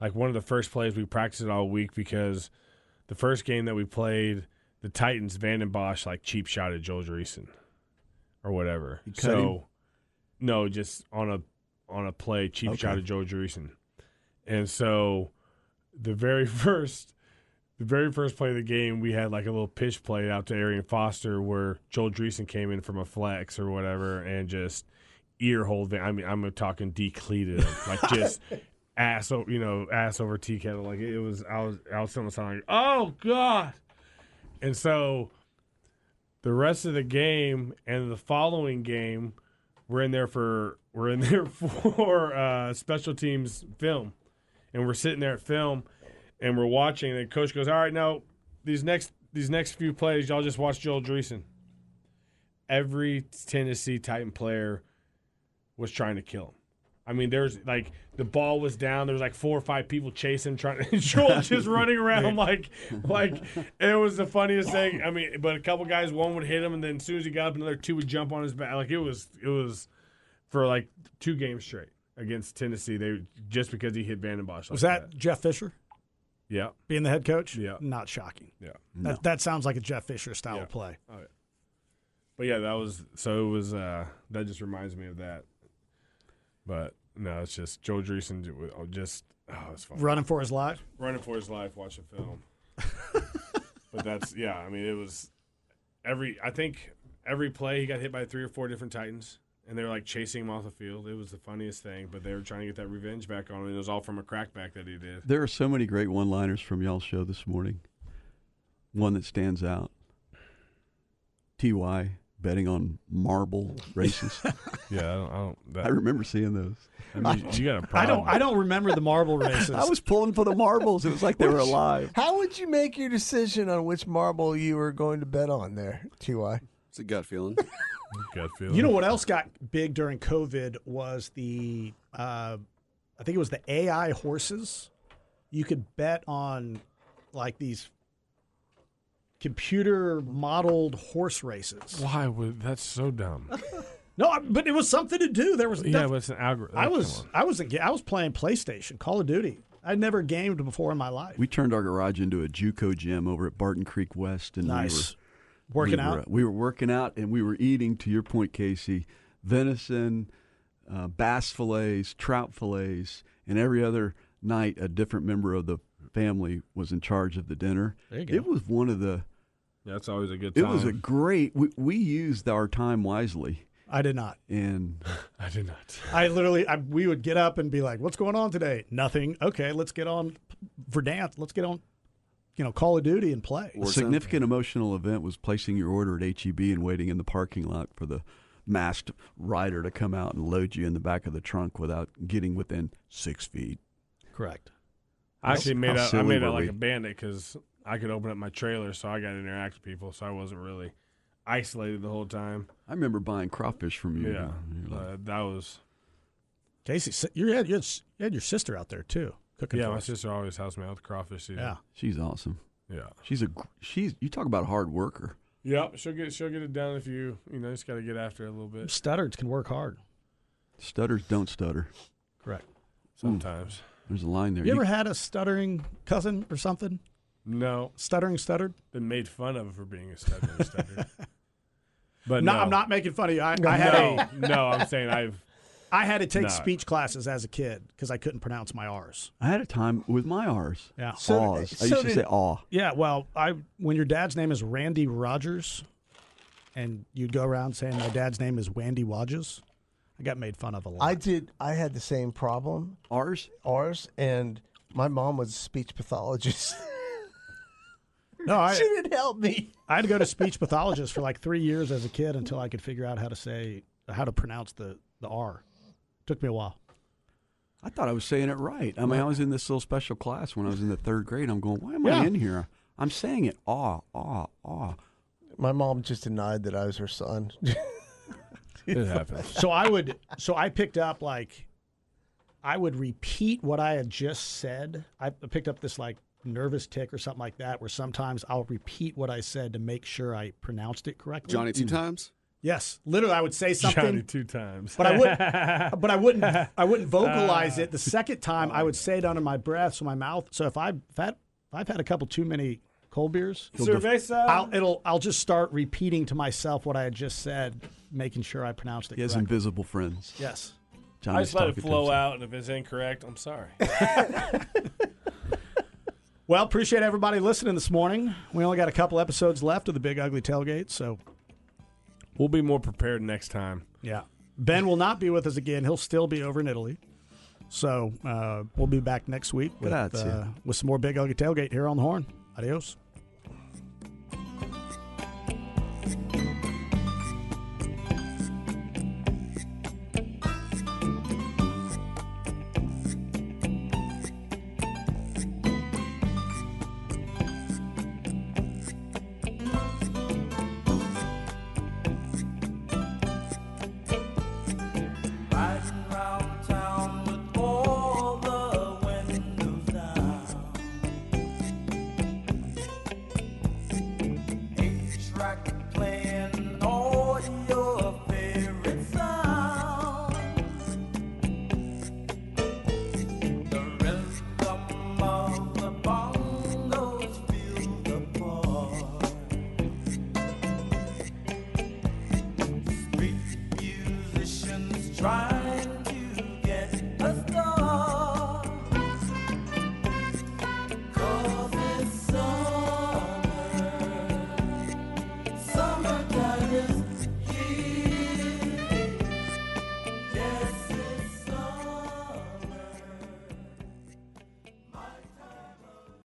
Speaker 3: like one of the first plays we practiced all week because the first game that we played, the Titans Vanden Bosch like cheap shot at Joel Dreesen or whatever.
Speaker 7: cut
Speaker 3: So no, just on a on a play cheap
Speaker 7: Okay.
Speaker 3: shot at Joel Dreesen, and so the very first the very first play of the game, we had like a little pitch play out to Arian Foster where Joel Dreesen came in from a flex or whatever and just ear hold. I mean, I'm talking decleated, him. like just ass over, you know, ass over tea kettle. Like it was, I was, I was still sounding like, oh god. And so the rest of the game and the following game, we're in there for we're in there for uh, special teams film, and we're sitting there at film, and we're watching. And the coach goes, "All right, now these next these next few plays, y'all just watch Joel Dreesen." Every Tennessee Titan player was trying to kill him. I mean, there's like the ball was down. There was like four or five people chasing, trying. And Joel just running around like, like it was the funniest thing. I mean, but a couple guys, one would hit him, and then as soon as he got up, another two would jump on his back. Like it was, it was for like two games straight against Tennessee. They just because he hit Vanden Bosch. Like
Speaker 4: Was that Jeff Fisher
Speaker 3: Yeah.
Speaker 4: being the head coach?
Speaker 3: Yeah.
Speaker 4: Not shocking.
Speaker 3: Yeah.
Speaker 4: That, that sounds like a Jeff Fisher style
Speaker 3: Yeah.
Speaker 4: of play.
Speaker 3: But yeah, that was so it was uh that just reminds me of that. But no, it's just Joe Dreesen ju- w- oh, just oh it's fun.
Speaker 4: Running for his life.
Speaker 3: Running for his life, watching film. but that's yeah, I mean it was every I think every play he got hit by three or four different Titans and they were like chasing him off the field. It was the funniest thing, but they were trying to get that revenge back on him. and It was all from a crackback that he did.
Speaker 7: There are so many great one liners from y'all's show this morning. One that stands out TY betting on marble races.
Speaker 3: Yeah, I don't, I don't
Speaker 7: I remember seeing those.
Speaker 3: you got a
Speaker 4: I don't. I don't remember the marble races.
Speaker 7: I was pulling for the marbles. It was like they were alive.
Speaker 6: How would you make your decision on which marble you were going to bet on there, Ty?
Speaker 5: It's a gut feeling.
Speaker 3: Gut feeling.
Speaker 4: You know what else got big during COVID was the, uh, I think it was the AI horses. You could bet on like these computer modeled horse races.
Speaker 3: why would that's so dumb.
Speaker 4: No, I- but it was something to do. There was
Speaker 3: Yeah,
Speaker 4: def-
Speaker 3: but it's an algorithm.
Speaker 4: I was I was a, I was playing PlayStation, Call of Duty. I'd never gamed before in my life.
Speaker 7: We turned our garage into a JUCO gym over at Barton Creek West, and
Speaker 4: nice.
Speaker 7: we were
Speaker 4: Working
Speaker 7: we
Speaker 4: out.
Speaker 7: Were, uh, we were working out, and we were eating. To your point, Casey, venison, uh, bass fillets, trout fillets, and every other night, a different member of the family was in charge of the dinner.
Speaker 3: There you
Speaker 7: It was one of the.
Speaker 3: That's always a good
Speaker 7: It
Speaker 3: time.
Speaker 7: was a great. We, we used our time wisely,
Speaker 4: I did not.
Speaker 7: and
Speaker 3: I did not.
Speaker 4: I literally, I, we would get up and be like, "What's going on today? Nothing. Okay, let's get on Verdant. Let's get on, you know, Call of Duty and play."
Speaker 7: a
Speaker 5: Or
Speaker 7: significant emotional event was placing your order at HEB and waiting in the parking lot for the masked rider to come out and load you in the back of the trunk without getting within six feet.
Speaker 4: Correct.
Speaker 3: I actually made
Speaker 7: how
Speaker 3: out. I
Speaker 7: silly
Speaker 3: made
Speaker 7: were
Speaker 3: out like
Speaker 7: we?
Speaker 3: a bandit because I could open up my trailer, so I got to interact with people, so I wasn't really isolated the whole time.
Speaker 7: I remember buying crawfish from you.
Speaker 3: Yeah,
Speaker 7: You're like,
Speaker 3: uh, that was.
Speaker 4: Casey, si- you had you had, s- you had your sister out there too cooking.
Speaker 3: Yeah,
Speaker 4: for
Speaker 3: my
Speaker 4: us.
Speaker 3: sister always helps me out with crawfish season.
Speaker 4: Yeah,
Speaker 7: she's awesome.
Speaker 3: yeah,
Speaker 7: She's a gr- she's you talk about a hard worker.
Speaker 3: Yep, She'll get she'll get it done if you you know just got to get after it a little bit
Speaker 4: Stuttards can work hard.
Speaker 7: Stutters don't stutter. Mm,
Speaker 4: Correct.
Speaker 7: Hmm.
Speaker 3: sometimes.
Speaker 7: There's a line there.
Speaker 4: You, ever had a stuttering cousin or something?
Speaker 3: No,
Speaker 4: Stuttering, stuttered.
Speaker 3: been made fun of for being a stutter. stutter. But
Speaker 4: no,
Speaker 3: no,
Speaker 4: I'm not making fun of you. I,
Speaker 3: No,
Speaker 4: I had a
Speaker 3: no, I'm saying I've.
Speaker 4: I had to take
Speaker 3: No.
Speaker 4: speech classes as a kid because I couldn't pronounce my R's.
Speaker 7: I had a time with my R's.
Speaker 4: Yeah.
Speaker 6: So-
Speaker 7: Aws.
Speaker 6: so
Speaker 7: I used to
Speaker 6: did-
Speaker 7: say aw.
Speaker 4: Yeah, well, I when your dad's name is Randy Rogers, and you'd go around saying my dad's name is Wandy Wadges, I got made fun of a lot.
Speaker 6: I did. I had the same problem.
Speaker 7: R's.
Speaker 6: Ours and my mom was a speech pathologist.
Speaker 4: no, I,
Speaker 6: she didn't help me.
Speaker 4: I had to go to speech pathologist for like three years as a kid until I could figure out how to say how to pronounce the the R. Took me a while.
Speaker 7: I thought I was saying it right. I mean, I was in this little special class when I was in the third grade. I'm going, why am
Speaker 4: Yeah.
Speaker 7: I in here? I'm saying it aw, aw, aw.
Speaker 6: My mom just denied that I was her son.
Speaker 3: It happens.
Speaker 4: So I would. So I picked up like, I would repeat what I had just said. I picked up this like nervous tick or something like that, where sometimes I'll repeat what I said to make sure I pronounced it correctly.
Speaker 5: Johnny two times?
Speaker 4: Yes, literally, I would say
Speaker 3: Johnny
Speaker 4: something,
Speaker 3: two times.
Speaker 4: but I wouldn't. but I wouldn't. I wouldn't vocalize it. The second time, I would say it under my breath, so my mouth. So if I if, I, if I've had a couple too many cold beers, I'll it'll I'll just start repeating to myself what I had just said, making sure I pronounced it.
Speaker 7: He has
Speaker 4: correctly.
Speaker 7: invisible friends.
Speaker 4: Yes.
Speaker 7: Johnny's
Speaker 3: I just let it
Speaker 7: talking to
Speaker 3: flow
Speaker 7: himself.
Speaker 3: out, and if it's incorrect, I'm sorry.
Speaker 4: Well, appreciate everybody listening this morning. We only got a couple episodes left of the Big Ugly Tailgate, so
Speaker 3: We'll be more prepared next time.
Speaker 4: yeah. Ben will not be with us again. He'll still be over in Italy. So uh, we'll be back next week with,
Speaker 7: Grazie.
Speaker 4: uh, with some more Big Ugly Tailgate here on the Horn. Adios.
Speaker 8: Riding round town with all the windows down. Eight-track playing all your favorite sounds. The rhythm of the bongos fill the bar. Street musicians try